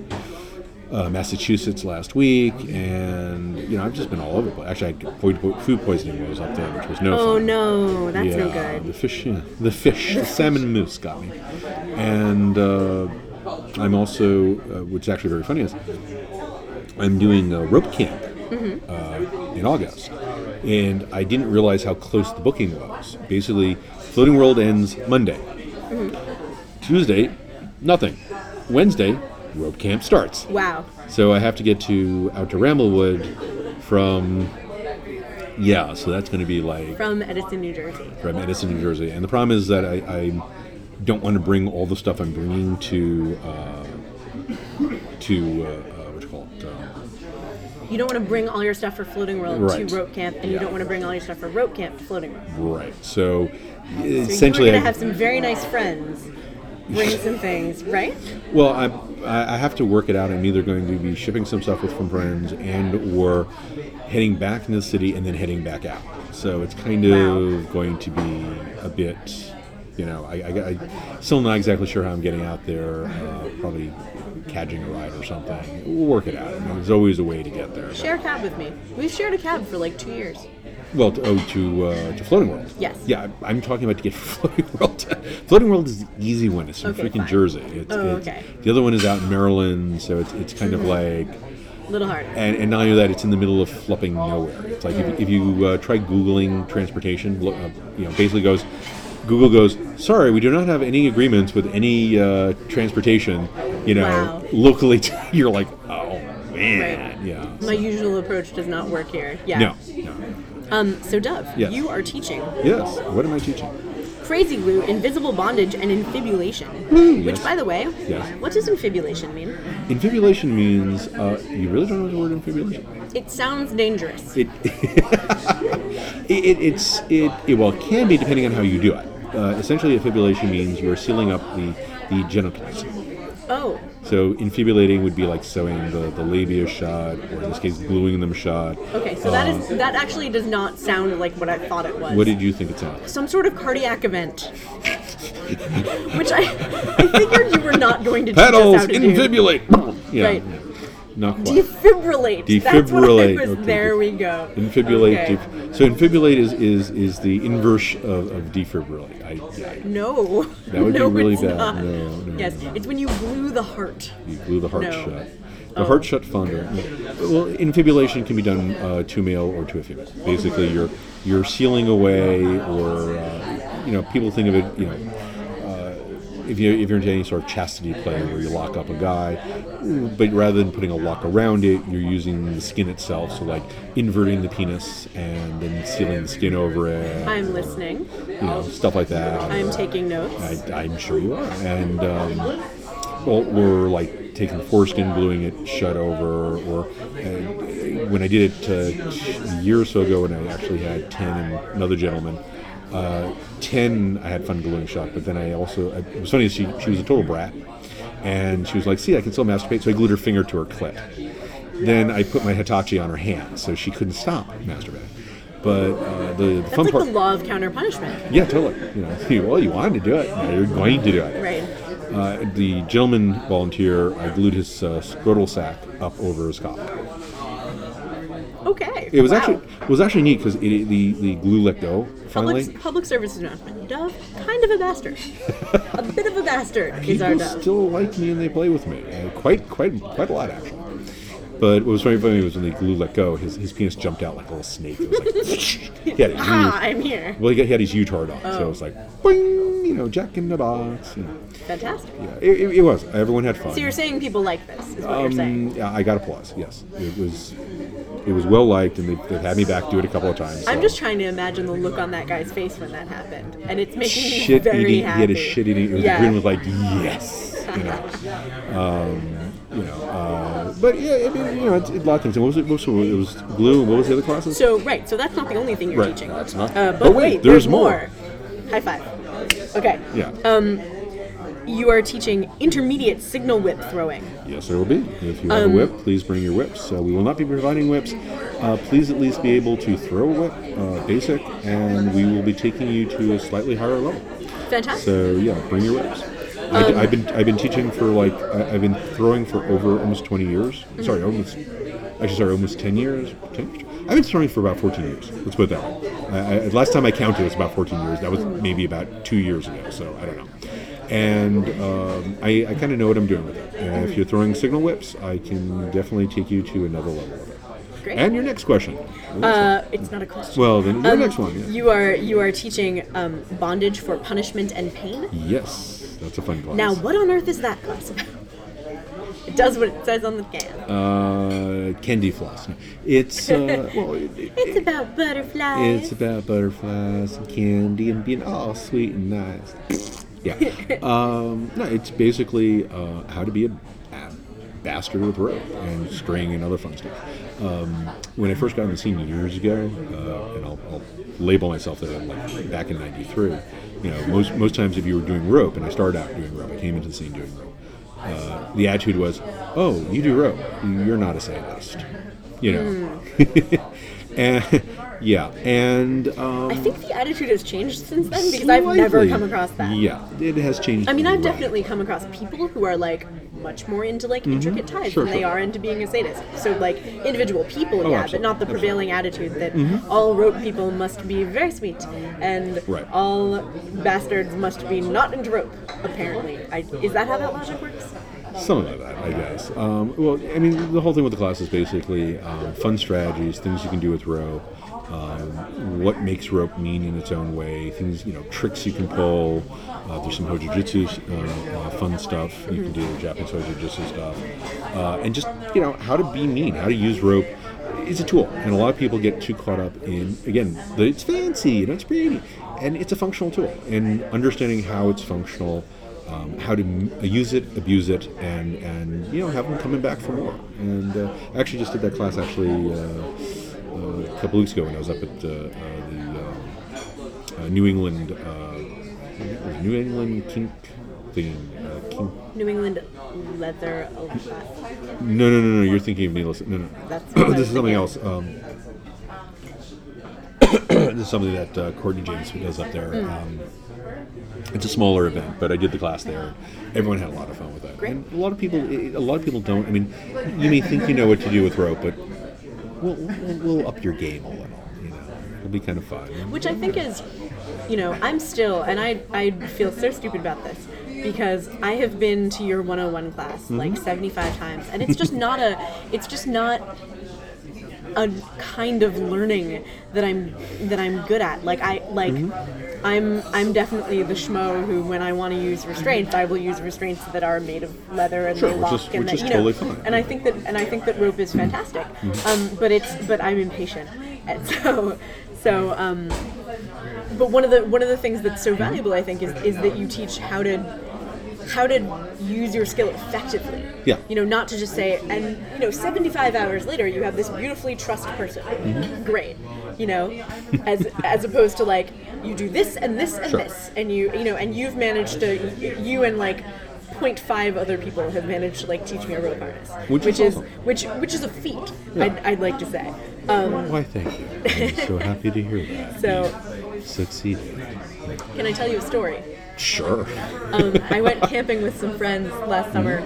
Speaker 1: uh, Massachusetts last week, and you know I've just been all over the place. Actually, I had food po- food poisoning while I was up there, which was no fun.
Speaker 2: Oh no, that's
Speaker 1: yeah,
Speaker 2: no good.
Speaker 1: The fish, yeah, the fish, the salmon and moose got me, and uh, I'm also, uh, which is actually very funny, is I'm doing a rope camp
Speaker 2: Mm-hmm.
Speaker 1: uh, in August, and I didn't realize how close the booking was. Basically, Floating World ends Monday.
Speaker 2: Mm-hmm.
Speaker 1: Tuesday, nothing. Wednesday, rope camp starts.
Speaker 2: Wow.
Speaker 1: So I have to get to out to Ramblewood from. Yeah, so that's going to be like
Speaker 2: From Edison, New Jersey.
Speaker 1: from Edison, New Jersey. And the problem is that I, I don't want to bring all the stuff I'm bringing to uh, to uh, uh, what you call it. Uh,
Speaker 2: You don't want to bring all your stuff for Floating World
Speaker 1: Right.
Speaker 2: to Rope Camp, and you
Speaker 1: Yeah.
Speaker 2: don't want to bring all your stuff for Rope Camp to Floating World.
Speaker 1: right. So,
Speaker 2: So
Speaker 1: essentially,
Speaker 2: you're
Speaker 1: I,
Speaker 2: gonna have some very nice friends. Bring some things, right?
Speaker 1: well, I I I have to work it out. I'm either going to be shipping some stuff with from friends and or heading back into the city and then heading back out. So it's kind of going to be a bit. You know, I, I, I still not exactly sure how I'm getting out there. Uh, probably catching a ride or something. We'll work it out. I mean, there's always a way to get there.
Speaker 2: Share a cab with me. We've shared a cab for like two years.
Speaker 1: Well, to, oh, to uh, to Floating World.
Speaker 2: Yes.
Speaker 1: Yeah, I- I'm talking about to get Floating World. Floating World is the easy one. It's in
Speaker 2: Okay,
Speaker 1: freaking
Speaker 2: fine.
Speaker 1: Jersey. It's,
Speaker 2: Oh,
Speaker 1: it's-
Speaker 2: okay. Mm-hmm.
Speaker 1: The other one is out in Maryland, so it's, it's kind of like,
Speaker 2: Little harder.
Speaker 1: and, and not only that, it's in the middle of flipping nowhere. It's like
Speaker 2: Mm.
Speaker 1: if, if you uh, try Googling transportation, look, uh, you know, basically goes, Google goes, sorry, we do not have any agreements with any uh, transportation, you know,
Speaker 2: Wow.
Speaker 1: locally. To, you're like, oh man,
Speaker 2: Right.
Speaker 1: yeah.
Speaker 2: My usual approach does not work here. Yeah.
Speaker 1: no, no.
Speaker 2: Um, so Dove,
Speaker 1: Yes.
Speaker 2: you are teaching
Speaker 1: Yes. What am I teaching?
Speaker 2: Crazy Glue, Invisible Bondage, and Infibulation. Which,
Speaker 1: yes.
Speaker 2: by the way,
Speaker 1: Yes.
Speaker 2: what does infibulation mean?
Speaker 1: Infibulation means uh, you really don't know the word infibulation.
Speaker 2: It sounds dangerous.
Speaker 1: It, it, it it's it, it well it can be depending on how you do it. Uh, essentially, infibulation means you are sealing up the the genitals.
Speaker 2: Oh,
Speaker 1: So infibulating would be like sewing the, the labia shut, or in this case, gluing them shut.
Speaker 2: okay. So that is that actually does not sound like what I thought it was.
Speaker 1: Um, What did you think it sounds?
Speaker 2: Some sort of cardiac event. Which I, I figured you were not going to teach us
Speaker 1: Pedals
Speaker 2: how to do.
Speaker 1: infibulate. Yeah,
Speaker 2: Right.
Speaker 1: yeah. not quite.
Speaker 2: Defibrillate. That's what
Speaker 1: Defibrillate,
Speaker 2: it was.
Speaker 1: okay.
Speaker 2: There we go.
Speaker 1: infibulate.
Speaker 2: Okay.
Speaker 1: def- so infibulate is, is is the inverse of, of defibrillate. I, yeah, I-
Speaker 2: No.
Speaker 1: That would be
Speaker 2: no,
Speaker 1: really
Speaker 2: it's
Speaker 1: bad.
Speaker 2: Not.
Speaker 1: No, no,
Speaker 2: yes,
Speaker 1: no.
Speaker 2: it's when you glue the heart.
Speaker 1: You glue the heart
Speaker 2: No. Oh.
Speaker 1: shut. The heart shut fonder. Well, infibulation can be done uh, to male or to a female. Basically, you're you're sealing away, or uh, you know, people think of it. You know, uh, if you if you're into any sort of chastity play where you lock up a guy, but rather than putting a lock around it, you're using the skin itself. So like inverting the penis and then sealing the skin over it.
Speaker 2: I'm listening.
Speaker 1: You know, stuff like that.
Speaker 2: I'm taking notes.
Speaker 1: I, I'm sure you are. And um, well, we're like taking the foreskin, gluing it shut over, or uh, when I did it uh, a year or so ago, when I actually had ten and another gentleman. Uh, ten, I had fun gluing shut, but then I also I, it was funny. She she was a total brat, and she was like, "See, I can still masturbate." So I glued her finger to her clit. Then I put my Hitachi on her hand, so she couldn't stop masturbating. But uh, the, the
Speaker 2: That's
Speaker 1: fun
Speaker 2: like
Speaker 1: part,
Speaker 2: the law of counter punishment.
Speaker 1: yeah, totally. You know, you- well, you wanted to do it. Now you're going to do it.
Speaker 2: Right.
Speaker 1: Uh, the gentleman volunteer, I glued his uh, scrotal sack up over his cock.
Speaker 2: Okay.
Speaker 1: It was
Speaker 2: Wow.
Speaker 1: actually it was actually neat because the the glue let go finally.
Speaker 2: Public, public service announcement. Dove, kind of a bastard. a bit of a bastard is our
Speaker 1: People
Speaker 2: Dove.
Speaker 1: still like me and they play with me. Uh, quite quite quite a lot actually. But what was very funny was when the glue let go, his, his penis jumped out like a little snake. It was like, he had a
Speaker 2: ah, Oh.
Speaker 1: huge,
Speaker 2: I'm here.
Speaker 1: well, he had his U-tard on, so it was like, boing, you know, Jack in the box. You know.
Speaker 2: Fantastic.
Speaker 1: Yeah, it, it, it was. Everyone had fun. Um,
Speaker 2: So you're saying people like this, is what you're saying.
Speaker 1: Mm, yeah, I got applause. Yes, it was. it was well liked, and they've, they've had me back do it a couple of times.
Speaker 2: I'm
Speaker 1: so.
Speaker 2: just trying to imagine the look on that guy's face when that happened, and it's making me
Speaker 1: shit
Speaker 2: very
Speaker 1: eating. He had
Speaker 2: happy.
Speaker 1: a shit eating. It was
Speaker 2: Yeah.
Speaker 1: the grin was like yes, you know. Um, you know, uh, but yeah, I mean, you know, it's, it's a lot of things. And What was it? What was it? It was glue. and What was the other classes?
Speaker 2: So right, so that's not the only thing you're
Speaker 1: Right,
Speaker 2: teaching.
Speaker 1: that's not-
Speaker 2: Uh, but,
Speaker 1: but
Speaker 2: wait,
Speaker 1: wait,
Speaker 2: there's,
Speaker 1: there's more.
Speaker 2: more. High five. Okay.
Speaker 1: yeah.
Speaker 2: um, You are teaching intermediate signal whip throwing.
Speaker 1: yes, there will be. If you have a
Speaker 2: um,
Speaker 1: whip, please bring your whips. So we will not be providing whips. Uh, please at least be able to throw a whip, uh, basic, and we will be taking you to a slightly higher level.
Speaker 2: Fantastic.
Speaker 1: So yeah, bring your whips. I
Speaker 2: Um,
Speaker 1: d- I've been I've been teaching for like I- I've been throwing for over almost twenty years.
Speaker 2: Mm-hmm.
Speaker 1: Sorry, almost actually sorry, almost ten years. 10 I've been throwing for about fourteen years. Let's put it that way. I, I, last time I counted, it was about fourteen years. That was maybe about two years ago. So I don't know. And um, I, I kind of know what I'm doing with it. And
Speaker 2: Mm-hmm.
Speaker 1: if you're throwing signal whips, I can definitely take you to another level of it.
Speaker 2: Great.
Speaker 1: And your next question.
Speaker 2: uh, it's not a question.
Speaker 1: well, then your next one. Yeah.
Speaker 2: Um, You are you are teaching um, bondage for punishment and pain.
Speaker 1: yes, that's a fun class.
Speaker 2: Now, what on earth is that class about? It does what it says on the can.
Speaker 1: uh, candy floss. No, It's uh, well, it, it-
Speaker 2: it's about butterflies.
Speaker 1: it's about butterflies and candy and being all sweet and nice. Yeah. Um, no, it's basically uh, how to be a, a bastard with rope and string and other fun stuff. Um, when I first got on the scene years ago, uh, and I'll, I'll label myself there like back in '93. You know, most most times if you were doing rope, and I started out doing rope, I came into the scene doing rope. Uh, the attitude was, "Oh, you do rope. You're not a sadist." You know. and yeah, and um,
Speaker 2: I think the attitude has changed since then because I've never
Speaker 1: Slightly.
Speaker 2: come across that.
Speaker 1: Yeah, it has changed.
Speaker 2: I mean, I've
Speaker 1: radically.
Speaker 2: definitely come across people who are like much more into like intricate ties
Speaker 1: Mm-hmm. Sure,
Speaker 2: than they
Speaker 1: sure. Oh,
Speaker 2: are into being a sadist. So like individual people, yeah, but
Speaker 1: absolutely, Mm-hmm.
Speaker 2: not the prevailing attitude that all rope people must be very sweet and
Speaker 1: Right.
Speaker 2: all bastards must be not into rope. Apparently, I, is that how that logic works?
Speaker 1: some of that, I guess. Um, well, I mean, the whole thing with the class is basically um, fun strategies, things you can do with rope, um, what makes rope mean in its own way, things you know, tricks you can pull. Uh, there's some hojujutsu uh, uh, fun stuff you can do, Japanese hojujutsu stuff, uh, and just you know how to be mean, how to use rope. It's a tool, and a lot of people get too caught up in again, the- it's fancy and it's pretty, and it's a functional tool. And understanding how it's functional um, how to m- use it, abuse it, and and you know have them coming back for more. And uh, I actually just did that class actually uh, uh, a couple weeks ago when I was up at uh, uh, the uh, uh, New England uh, New England kink thing. Uh, kink.
Speaker 2: New England leather. oh, Olympics.
Speaker 1: No, no, no, no. You're thinking of Needless. No, no.
Speaker 2: That's what I was
Speaker 1: this is something
Speaker 2: thinking.
Speaker 1: else. Um, this is something that uh, Courtney James does up there. Um, it's a smaller event, but I did the class there. Everyone had a lot of fun with that. And a lot of people, a lot of people don't. I mean, you may think you know what to do with rope, but we'll, we'll, we'll up your game all in all. You know, it'll be kind of fun.
Speaker 2: which I think is, you know, I'm still, and I, I feel so stupid about this because I have been to your 101 class
Speaker 1: Mm-hmm.
Speaker 2: like 75 times, and it's just not a, it's just not a kind of learning that I'm that I'm good at. Like I like.
Speaker 1: Mm-hmm.
Speaker 2: I'm I'm definitely the schmo who, when I want to use restraints, I will use restraints that are made of leather and
Speaker 1: Sure,
Speaker 2: they
Speaker 1: which
Speaker 2: lock
Speaker 1: is-
Speaker 2: and
Speaker 1: which
Speaker 2: that
Speaker 1: is
Speaker 2: you know.
Speaker 1: totally fine. Mm-hmm.
Speaker 2: And I think that and I think that rope is fantastic. Um, but it's but I'm impatient, and so so um, but one of the one of the things that's so valuable, I think, is is that you teach how to how to use your skill effectively.
Speaker 1: Yeah.
Speaker 2: You know, not to just say, and you know, 75 hours later, you have this beautifully trussed person.
Speaker 1: Mm-hmm.
Speaker 2: Great. You know, as as opposed to like you do this and this and
Speaker 1: Sure.
Speaker 2: this, and you you know, and you've managed to you and like. 0.5 other people have managed to like teach me a rope harness,
Speaker 1: Which is
Speaker 2: is
Speaker 1: awesome.
Speaker 2: which which is a feat.
Speaker 1: Yeah.
Speaker 2: I'd, I'd like to say. Um,
Speaker 1: Why, thank you. I'm so happy to hear that.
Speaker 2: so,
Speaker 1: You succeeded.
Speaker 2: can I tell you a story?
Speaker 1: Sure.
Speaker 2: um, I went camping with some friends last summer,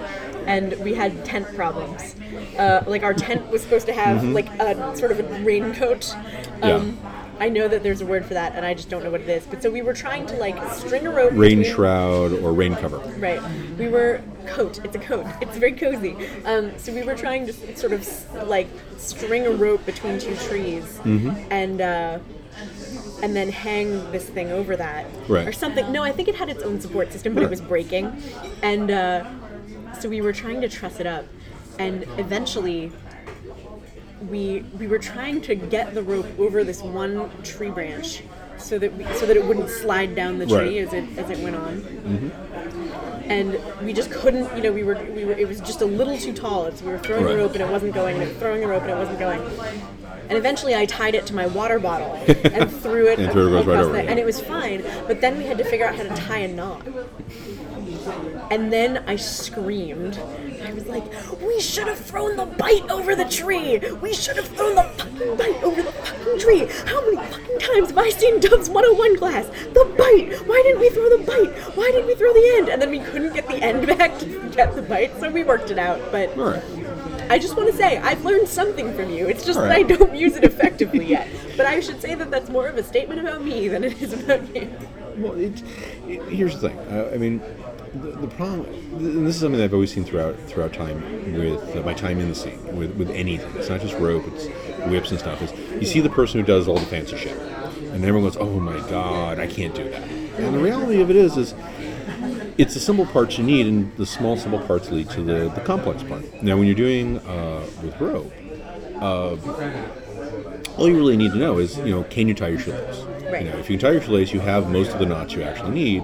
Speaker 2: and we had tent problems. Uh, like our tent was supposed to have like a sort of a raincoat. Um, I know that there's a word for that, and I just don't know what it is. But so we were trying to like string a rope.
Speaker 1: Rain
Speaker 2: between-
Speaker 1: shroud or rain cover.
Speaker 2: Right. We were coat. It's a coat. It's very cozy. Um, so we were trying to s- sort of s- like string a rope between two trees
Speaker 1: Mm-hmm.
Speaker 2: and uh, and then hang this thing over that
Speaker 1: Right.
Speaker 2: or something. No, I think it had its own support system, but it
Speaker 1: Sure.
Speaker 2: was breaking, and uh, so we were trying to truss it up, and eventually we we were trying to get the rope over this one tree branch so that we, so that it wouldn't slide down the tree
Speaker 1: Right.
Speaker 2: as it as it went on. And we just couldn't, you know, we were, we were, it was just a little too tall. It's, we were throwing
Speaker 1: Right.
Speaker 2: the rope and it wasn't going, and it was throwing the rope and it wasn't going. And eventually I tied it to my water bottle and threw it
Speaker 1: And threw it
Speaker 2: across
Speaker 1: right over,
Speaker 2: the-
Speaker 1: yeah.
Speaker 2: and it was fine. But then we had to figure out how to tie a knot. And then I screamed. I was like, we should have thrown the bite over the tree. We should have thrown the fucking bite over the fucking tree. How many fucking times have I seen Dove's 101 class? The bite. Why didn't we throw the bite? Why didn't we throw the end? And then we couldn't get the end back to get the bite, so we worked it out. But
Speaker 1: All right.
Speaker 2: I just want to say, I've learned something from you. It's just
Speaker 1: All
Speaker 2: that I
Speaker 1: right.
Speaker 2: don't use it effectively yet. But I should say that that's more of a statement about me than it is about you.
Speaker 1: Well, it, it, here's the thing. I, I mean, the, the problem, and this is something that I've always seen throughout throughout time with uh, my time in the sea, with, with anything. It's not just rope, it's whips and stuff. Is you see the person who does all the fancy shit, and everyone goes, "Oh my god, I can't do that." And the reality of it is, is it's the simple parts you need, and the small simple parts lead to the, the complex part. Now, when you're doing uh, with rope, uh, all you really need to know is, you know, can you tie your shoelace?
Speaker 2: Right.
Speaker 1: You know, if you can tie your shoelace, you have most of the knots you actually need.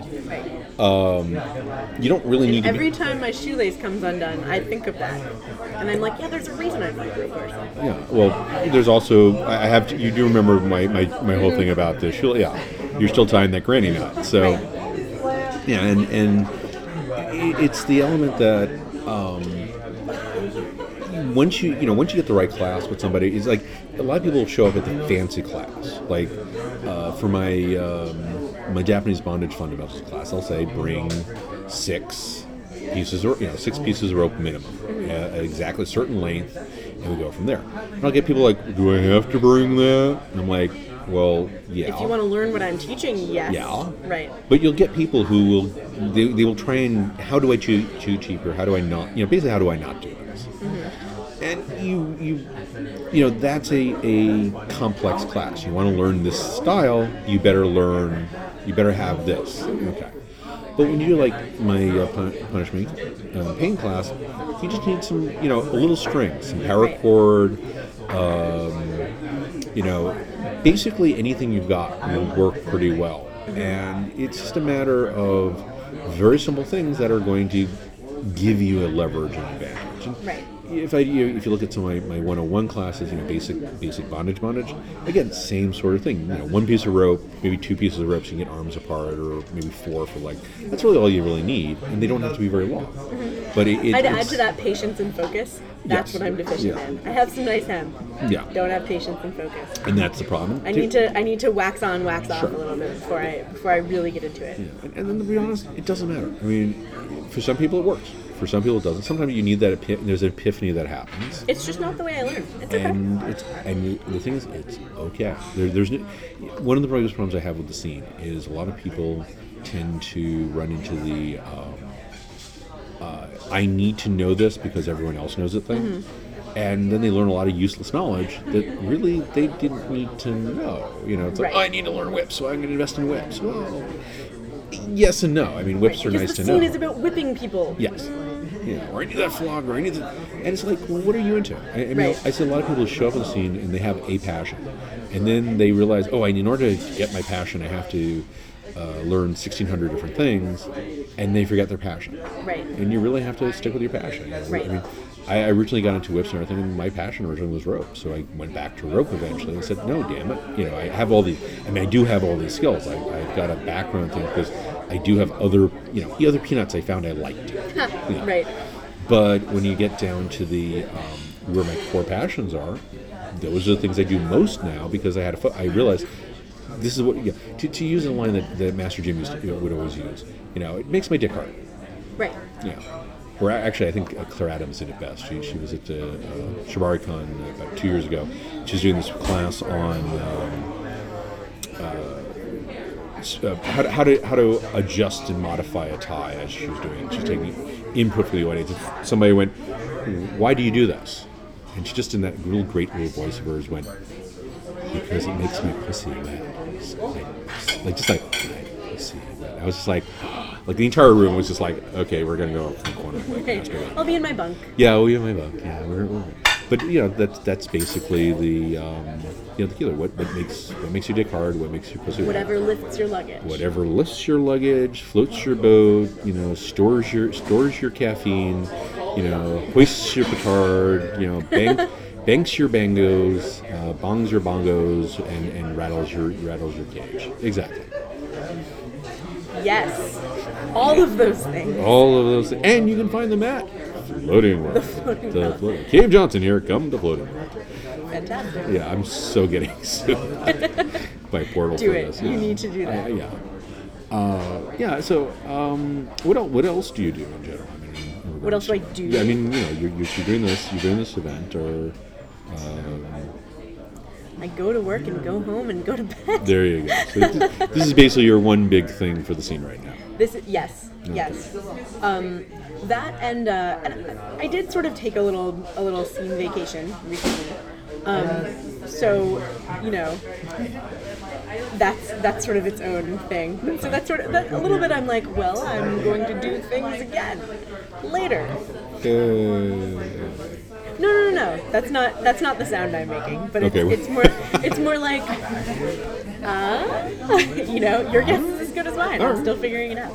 Speaker 1: Um,
Speaker 2: Right.
Speaker 1: You don't really need to
Speaker 2: Every
Speaker 1: be,
Speaker 2: time my shoelace comes undone, I think of that, and I'm like, yeah, there's a reason I'm like group person.
Speaker 1: yeah. Well, there's also I I have to, you do remember my, my, my whole thing about the shoelace. Yeah, you're still tying that granny knot. So yeah, and and i- it's the element that um, once you you know once you get the right class with somebody, it's like a lot of people show up at the fancy class. Like uh, for my um, my Japanese bondage fundamentals class, I'll say bring six pieces or you know six pieces of rope minimum at, at exactly a certain length, and we go from there. And I'll get people like, do I have to bring that? And I'm like, well, yeah.
Speaker 2: If you want to learn what I'm teaching, yes.
Speaker 1: Yeah.
Speaker 2: Right.
Speaker 1: But you'll get people who will they, they will try and how do I chew, chew cheaper? How do I not? You know, basically how do I not do this? And you you you know that's a a complex class. You want to learn this style, you better learn. You better have this. Okay. But when you do like my uh, pun- punishment uh, pain class, you just need some, you know, a little string, some paracord, you know, basically anything you've got will work pretty well. And it's just a matter of very simple things that are going to give you a leverage and advantage. And
Speaker 2: Right.
Speaker 1: If I you, if you look at some of my, my 101 classes, you know, basic basic bondage bondage, again, same sort of thing. You know, one piece of rope, maybe two pieces of rope, so you can get arms apart, or maybe four for like. That's really all you really need, and they don't have to be very long. But it, it,
Speaker 2: Mm-hmm. I'd
Speaker 1: it's-
Speaker 2: add to that patience and focus. That's
Speaker 1: Yes.
Speaker 2: what I'm deficient
Speaker 1: Yeah.
Speaker 2: in. I have some nice hem.
Speaker 1: Yeah.
Speaker 2: Don't have patience and focus.
Speaker 1: and that's the problem.
Speaker 2: I
Speaker 1: too.
Speaker 2: need to I need to wax on, wax off
Speaker 1: Sure.
Speaker 2: a little bit before I before I really get into it.
Speaker 1: And, and then to be honest, it doesn't matter. I mean, for some people it works. For some people it doesn't. Sometimes you need that. Epi- there's an epiphany that happens,
Speaker 2: It's just not the way I learn. It's okay.
Speaker 1: and it's and you, the thing is, it's okay. There, there's no, one of the biggest problems I have with the scene is a lot of people tend to run into the um, uh, I need to know this because everyone else knows it thing.
Speaker 2: Mm-hmm.
Speaker 1: And then they learn a lot of useless knowledge that really they didn't need to know. You know, it's like,
Speaker 2: Right.
Speaker 1: "Oh, I need to learn whips, so I'm going to invest in whips. Well, yes and no. I mean, whips are
Speaker 2: because
Speaker 1: nice
Speaker 2: the
Speaker 1: to
Speaker 2: scene
Speaker 1: know.
Speaker 2: is about whipping people.
Speaker 1: yes. Yeah, or I need that flog, or I need that. And it's like, well, what are you into? I, I mean,
Speaker 2: Right.
Speaker 1: I see a lot of people show up in the scene and they have a passion. And then they realize, oh, I, in order to get my passion, I have to uh, learn 1,600 different things. And they forget their passion
Speaker 2: Right.
Speaker 1: and you really have to stick with your passion. You know,
Speaker 2: Right.
Speaker 1: I mean, I I originally got into whips and everything, and my passion originally was rope. So I went back to rope eventually and said, no, damn it. You know, I have all these, I mean, I do have all these skills. I, I've got a background thing because I do have other, you know, the other peanuts I found I liked. You know.
Speaker 2: Right.
Speaker 1: But when you get down to the, um, where my core passions are, those are the things I do most now because I had a, fo- I realized this is what, yeah, to, to use a line that, that Master Jim used to, would always use, you know, it makes my dick hard.
Speaker 2: Right.
Speaker 1: Yeah. Or a- actually, I think uh, Claire Adams did it best. She, she was at uh, uh, ShibariCon about two years ago. She's doing this class on um, uh, s- uh, how, to, how, to, how to adjust and modify a tie as she was doing. it. She's taking input from the audience. And Somebody went, Why do you do this? And she just, in that real great little voice of hers, went, Because it makes my pussy wet. Like, like just like, my pussy wet. I was just like, like the entire room was just like, okay, we're gonna go up to the corner. Like,
Speaker 2: Okay.
Speaker 1: masturbate. oh,
Speaker 2: I'll be in my bunk.
Speaker 1: Yeah, we have my book. Yeah, we're, we're. But you know that's that's basically the um, you know the killer. What, what makes what makes your dick hard? What makes your pussy wet?
Speaker 2: Whatever lifts your luggage.
Speaker 1: whatever lifts your luggage, floats your boat, you know, stores your stores your caffeine, you know, hoists your petard, you know, bank, banks your bangos, uh, bongs your bongos, and, and rattles your rattles your cage. Exactly,
Speaker 2: Yes. All of those things.
Speaker 1: all of those, and you can find them at Floating World. The
Speaker 2: Floating World.
Speaker 1: floating. Cam Johnson here. Come to Floating World.
Speaker 2: Fantastic.
Speaker 1: Yeah, I'm so getting sued by Portal
Speaker 2: Do
Speaker 1: for
Speaker 2: it.
Speaker 1: this.
Speaker 2: You
Speaker 1: yeah.
Speaker 2: need to do that.
Speaker 1: I- yeah. Uh, yeah. So, um, what else? What else do you do in general? I mean, in regards
Speaker 2: else do I
Speaker 1: to-
Speaker 2: do?
Speaker 1: Yeah, I mean, you know, you're, you're, you're doing this. You're doing this event, or um,
Speaker 2: I go to work and go home and go to bed.
Speaker 1: there you go. So this, this is basically your one big thing for the scene right now.
Speaker 2: This is, yes, yes. Um, that and, uh, and I did sort of take a little a little scene vacation recently. Um, so you know, that's that's sort of its own thing. So that's sort of that, a little bit. I'm like, well, I'm going to do things again later.
Speaker 1: Uh,
Speaker 2: No, no, no, no. That's not that's not the sound I'm making. But it's,
Speaker 1: Okay.
Speaker 2: it's more it's more like, uh, you know, your guess is as good as mine. I'm
Speaker 1: Alright.
Speaker 2: still figuring it out.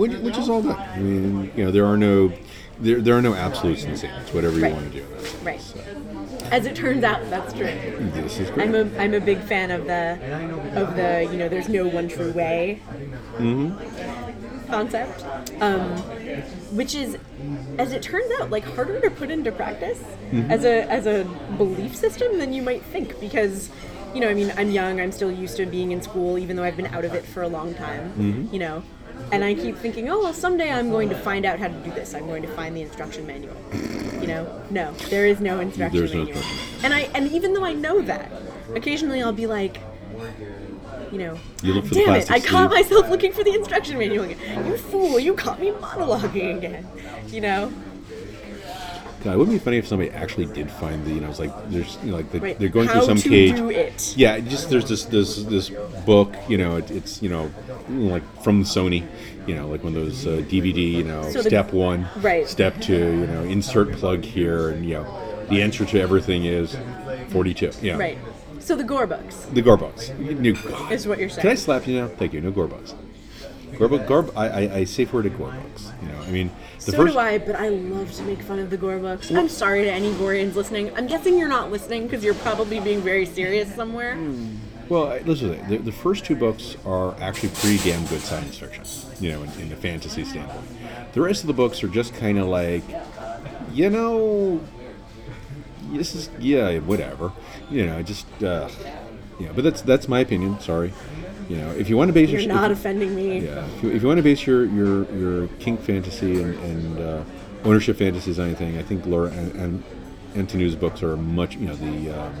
Speaker 1: which, which is all good. I mean, you know, there are no there, there are no absolutes in scene. It's whatever you
Speaker 2: Right.
Speaker 1: want to do. That's it.
Speaker 2: Right.
Speaker 1: So,
Speaker 2: As it turns out, that's true.
Speaker 1: this is great.
Speaker 2: I'm a I'm a big fan of the of the you know there's no one true way concept, um, which is as it turns out like harder to put into practice
Speaker 1: Mm-hmm.
Speaker 2: as a as a belief system than you might think because you know I mean I'm young I'm still used to being in school even though I've been out of it for a long time
Speaker 1: Mm-hmm.
Speaker 2: you know. And I keep thinking, oh well, someday I'm going to find out how to do this. I'm going to find the instruction manual. You know, no, there is no instruction
Speaker 1: There's no
Speaker 2: manual.
Speaker 1: instruction manual.
Speaker 2: And I and even though I know that, occasionally I'll be like, you know,
Speaker 1: You look for the
Speaker 2: damn it,
Speaker 1: plastic
Speaker 2: I caught
Speaker 1: sleeve."
Speaker 2: myself looking for the instruction manual again. You fool, you caught me monologuing again. You know,
Speaker 1: God, it wouldn't be funny if somebody actually did find the. You know, it's like there's you know, like they,
Speaker 2: right?
Speaker 1: they're going
Speaker 2: How
Speaker 1: through some
Speaker 2: to
Speaker 1: cage.
Speaker 2: do it.
Speaker 1: Yeah, just there's this this this book, you know, it, it's you know, like from Sony, you know, like one of those uh, DVD, you know,
Speaker 2: So the-
Speaker 1: step one,
Speaker 2: right.
Speaker 1: step two, you know, insert plug here, and you know, the answer to everything is forty-two. Yeah,
Speaker 2: Right. So the Gore books
Speaker 1: The Gorbox. New God.
Speaker 2: is what you're
Speaker 1: Can I
Speaker 2: saying.
Speaker 1: slap you now? Thank you. No Gorbox. Gorbo, Gorb. I, I, I safe worded Gorbox. You know, I mean, the
Speaker 2: so
Speaker 1: first.
Speaker 2: do I, but I love to make fun of the Gore books. I'm sorry to any Goreans listening. I'm guessing you're not listening because you're probably being very serious somewhere.
Speaker 1: Hmm. Well, I- listen, to that. the, the first two books are actually pretty damn good science fiction, you know, in, in the fantasy standpoint. The rest of the books are just kind of like, you know, this is yeah, whatever, you know, just uh, you know. But that's that's my opinion. Sorry, you know, if you want to base
Speaker 2: You're
Speaker 1: your
Speaker 2: not
Speaker 1: if,
Speaker 2: offending me.
Speaker 1: yeah, if you, if you want to base your your your kink fantasy and, and uh, ownership fantasies on anything, I think Laura and, and Antonu's books are much, you know, the. Um,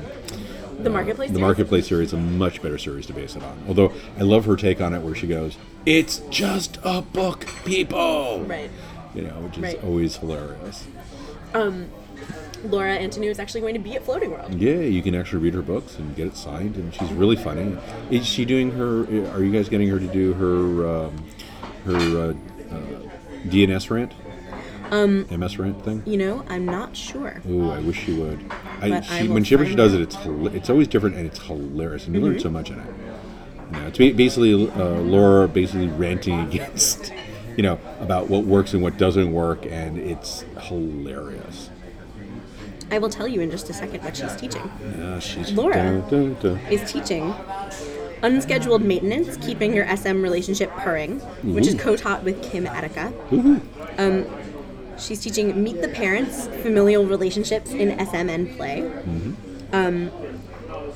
Speaker 2: The marketplace.
Speaker 1: the
Speaker 2: series?
Speaker 1: Marketplace series is a much better series to base it on. Although I love her take on it where she goes, It's just a book, people!
Speaker 2: Right.
Speaker 1: You know, which is
Speaker 2: Right.
Speaker 1: always hilarious.
Speaker 2: Laura Antonou is actually going to be at Floating World.
Speaker 1: Yeah, you can actually read her books and get it signed, and she's really funny. Is she doing her, uh, are you guys getting her to do her, um, her uh, uh, DNS rant? Um, MS rant thing?
Speaker 2: You know, I'm not sure.
Speaker 1: Ooh, I wish she would. I,
Speaker 2: But I
Speaker 1: she,
Speaker 2: will
Speaker 1: when she ever she
Speaker 2: find
Speaker 1: does it, it's hila- it's always different and it's hilarious, and you
Speaker 2: Mm-hmm.
Speaker 1: learn so much in it. You know, it's ba- basically uh, Laura basically ranting against, you know, about what works and what doesn't work, and it's hilarious.
Speaker 2: I will tell you in just a second what she's teaching.
Speaker 1: Yeah, she's
Speaker 2: Laura.
Speaker 1: dun, dun, dun.
Speaker 2: Is teaching unscheduled maintenance, keeping your SM relationship purring, which is co-taught with Kim Attica. Um, she's teaching meet the parents, familial relationships in SM and play. Um,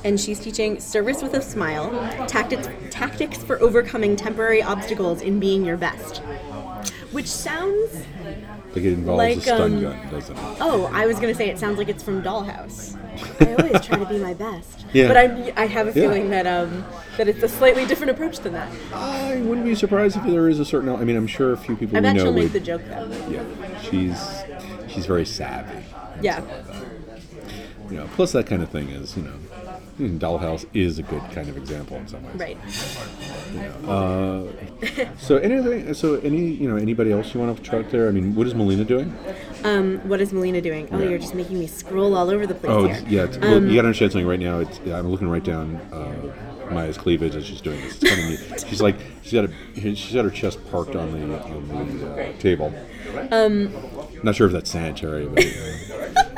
Speaker 2: and she's teaching service with a smile, tactics tactics for overcoming temporary obstacles in being your best. Which sounds
Speaker 1: Like it involves a
Speaker 2: Like,
Speaker 1: stun
Speaker 2: um,
Speaker 1: gun, doesn't it?
Speaker 2: Oh, I was gonna say it sounds like it's from Dollhouse. I always try to be my best,
Speaker 1: Yeah.
Speaker 2: but I, I have a
Speaker 1: Yeah.
Speaker 2: feeling that um that it's a slightly different approach than that.
Speaker 1: I wouldn't be surprised if there is a certain. I mean, I'm sure a few people
Speaker 2: I
Speaker 1: we
Speaker 2: bet
Speaker 1: know
Speaker 2: she'll make
Speaker 1: would.
Speaker 2: the joke though.
Speaker 1: yeah, she's she's very savvy.
Speaker 2: Yeah,
Speaker 1: You know, plus that kind of thing is you know Hmm, Dollhouse is a good kind of example in some ways.
Speaker 2: Right.
Speaker 1: So anything? So any you know anybody else you want to throw out there? I mean, what is Melina doing?
Speaker 2: Um, what is Melina doing? Oh,
Speaker 1: Yeah.
Speaker 2: you're just making me scroll all over the place
Speaker 1: Oh
Speaker 2: here. Um,
Speaker 1: it's- yeah, it's, well, you got to understand something right now. It's, I'm looking right down uh, Maya's cleavage as she's doing this. It's kind of neat. She's like she's got a she's got her chest parked on the on the uh, table. Um, not sure if that's sanitary, but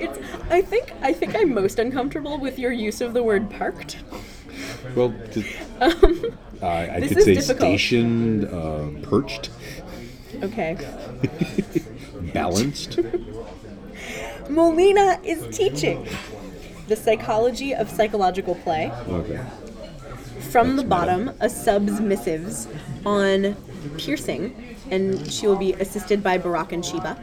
Speaker 2: It's, I think I think I'm most uncomfortable with your use of the word parked.
Speaker 1: well, just, I, I
Speaker 2: Um, this
Speaker 1: could
Speaker 2: is
Speaker 1: say
Speaker 2: difficult.
Speaker 1: stationed, uh, perched,
Speaker 2: Okay.
Speaker 1: balanced.
Speaker 2: Molina is teaching the psychology of psychological play
Speaker 1: Okay,
Speaker 2: from the bottom, a sub's missives on piercing, and she will be assisted by Barack and Sheba.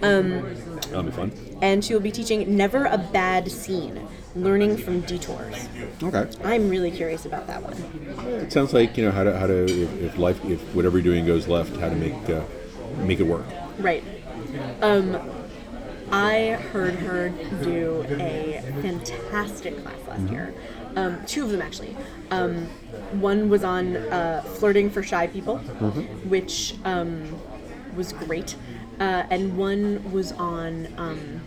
Speaker 1: that'll be fun.
Speaker 2: And she will be teaching never a bad scene, learning from detours.
Speaker 1: Okay.
Speaker 2: I'm really curious about that one.
Speaker 1: It sounds like you know how to how to if, if life if whatever you're doing goes left, how to make uh, make it work.
Speaker 2: Right. Um, I heard her do a fantastic class last year. Um, two of them actually. Um, one was on uh, flirting for shy people,
Speaker 1: Mm-hmm.
Speaker 2: which um, was great, uh, and one was on um,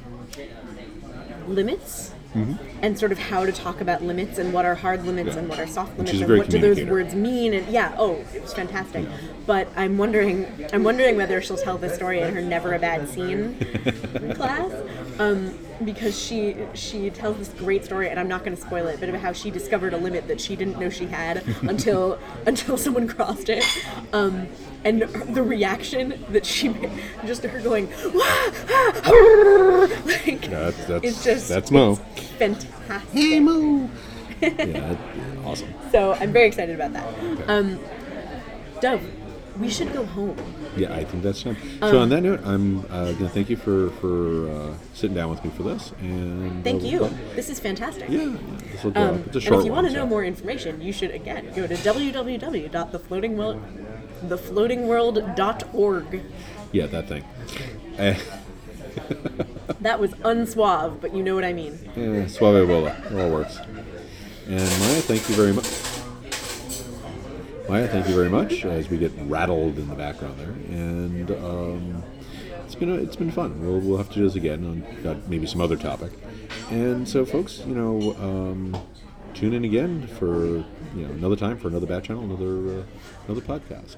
Speaker 2: limits.
Speaker 1: Mm-hmm.
Speaker 2: And sort of how to talk about limits and what are hard limits
Speaker 1: Yeah.
Speaker 2: and what are soft
Speaker 1: Which
Speaker 2: limits
Speaker 1: is a
Speaker 2: and
Speaker 1: great
Speaker 2: what do those
Speaker 1: communicator. Mm-hmm.
Speaker 2: words words mean and yeah oh it was fantastic but i'm wondering i'm wondering whether she'll tell this story in her never a bad scene class um, because she she tells this great story and i'm not going to spoil it but about how she discovered a limit that she didn't know she had until until someone crossed it um, and the reaction that she made just her going like
Speaker 1: Yeah, that's that's
Speaker 2: it's just
Speaker 1: that's Mo.
Speaker 2: it's fantastic
Speaker 1: Hey Mo. yeah, that- awesome.
Speaker 2: so i'm very excited about that um, dove we should go home
Speaker 1: Yeah, I think that's time.
Speaker 2: Um,
Speaker 1: so on that note, I'm uh, gonna thank you for for uh, sitting down with me for this. And
Speaker 2: Thank
Speaker 1: uh,
Speaker 2: you.
Speaker 1: well,
Speaker 2: This is fantastic.
Speaker 1: Yeah, yeah this will go
Speaker 2: Um,
Speaker 1: up. It's
Speaker 2: and
Speaker 1: a
Speaker 2: if
Speaker 1: short
Speaker 2: you
Speaker 1: one,
Speaker 2: want to know
Speaker 1: so-
Speaker 2: more information, you should again go to www.thefloatingworld.org.
Speaker 1: yeah, that thing.
Speaker 2: That was unsuave, but you know what I mean.
Speaker 1: Yeah, suave bola. It all works. And Maya, thank you very much. Maya, thank you very much. As we get rattled in the background there, and um, it's been it's been fun. We'll, we'll have to do this again on got maybe some other topic. And so, folks, you know, um, tune in again for you know another time for another bat channel, another uh, another podcast,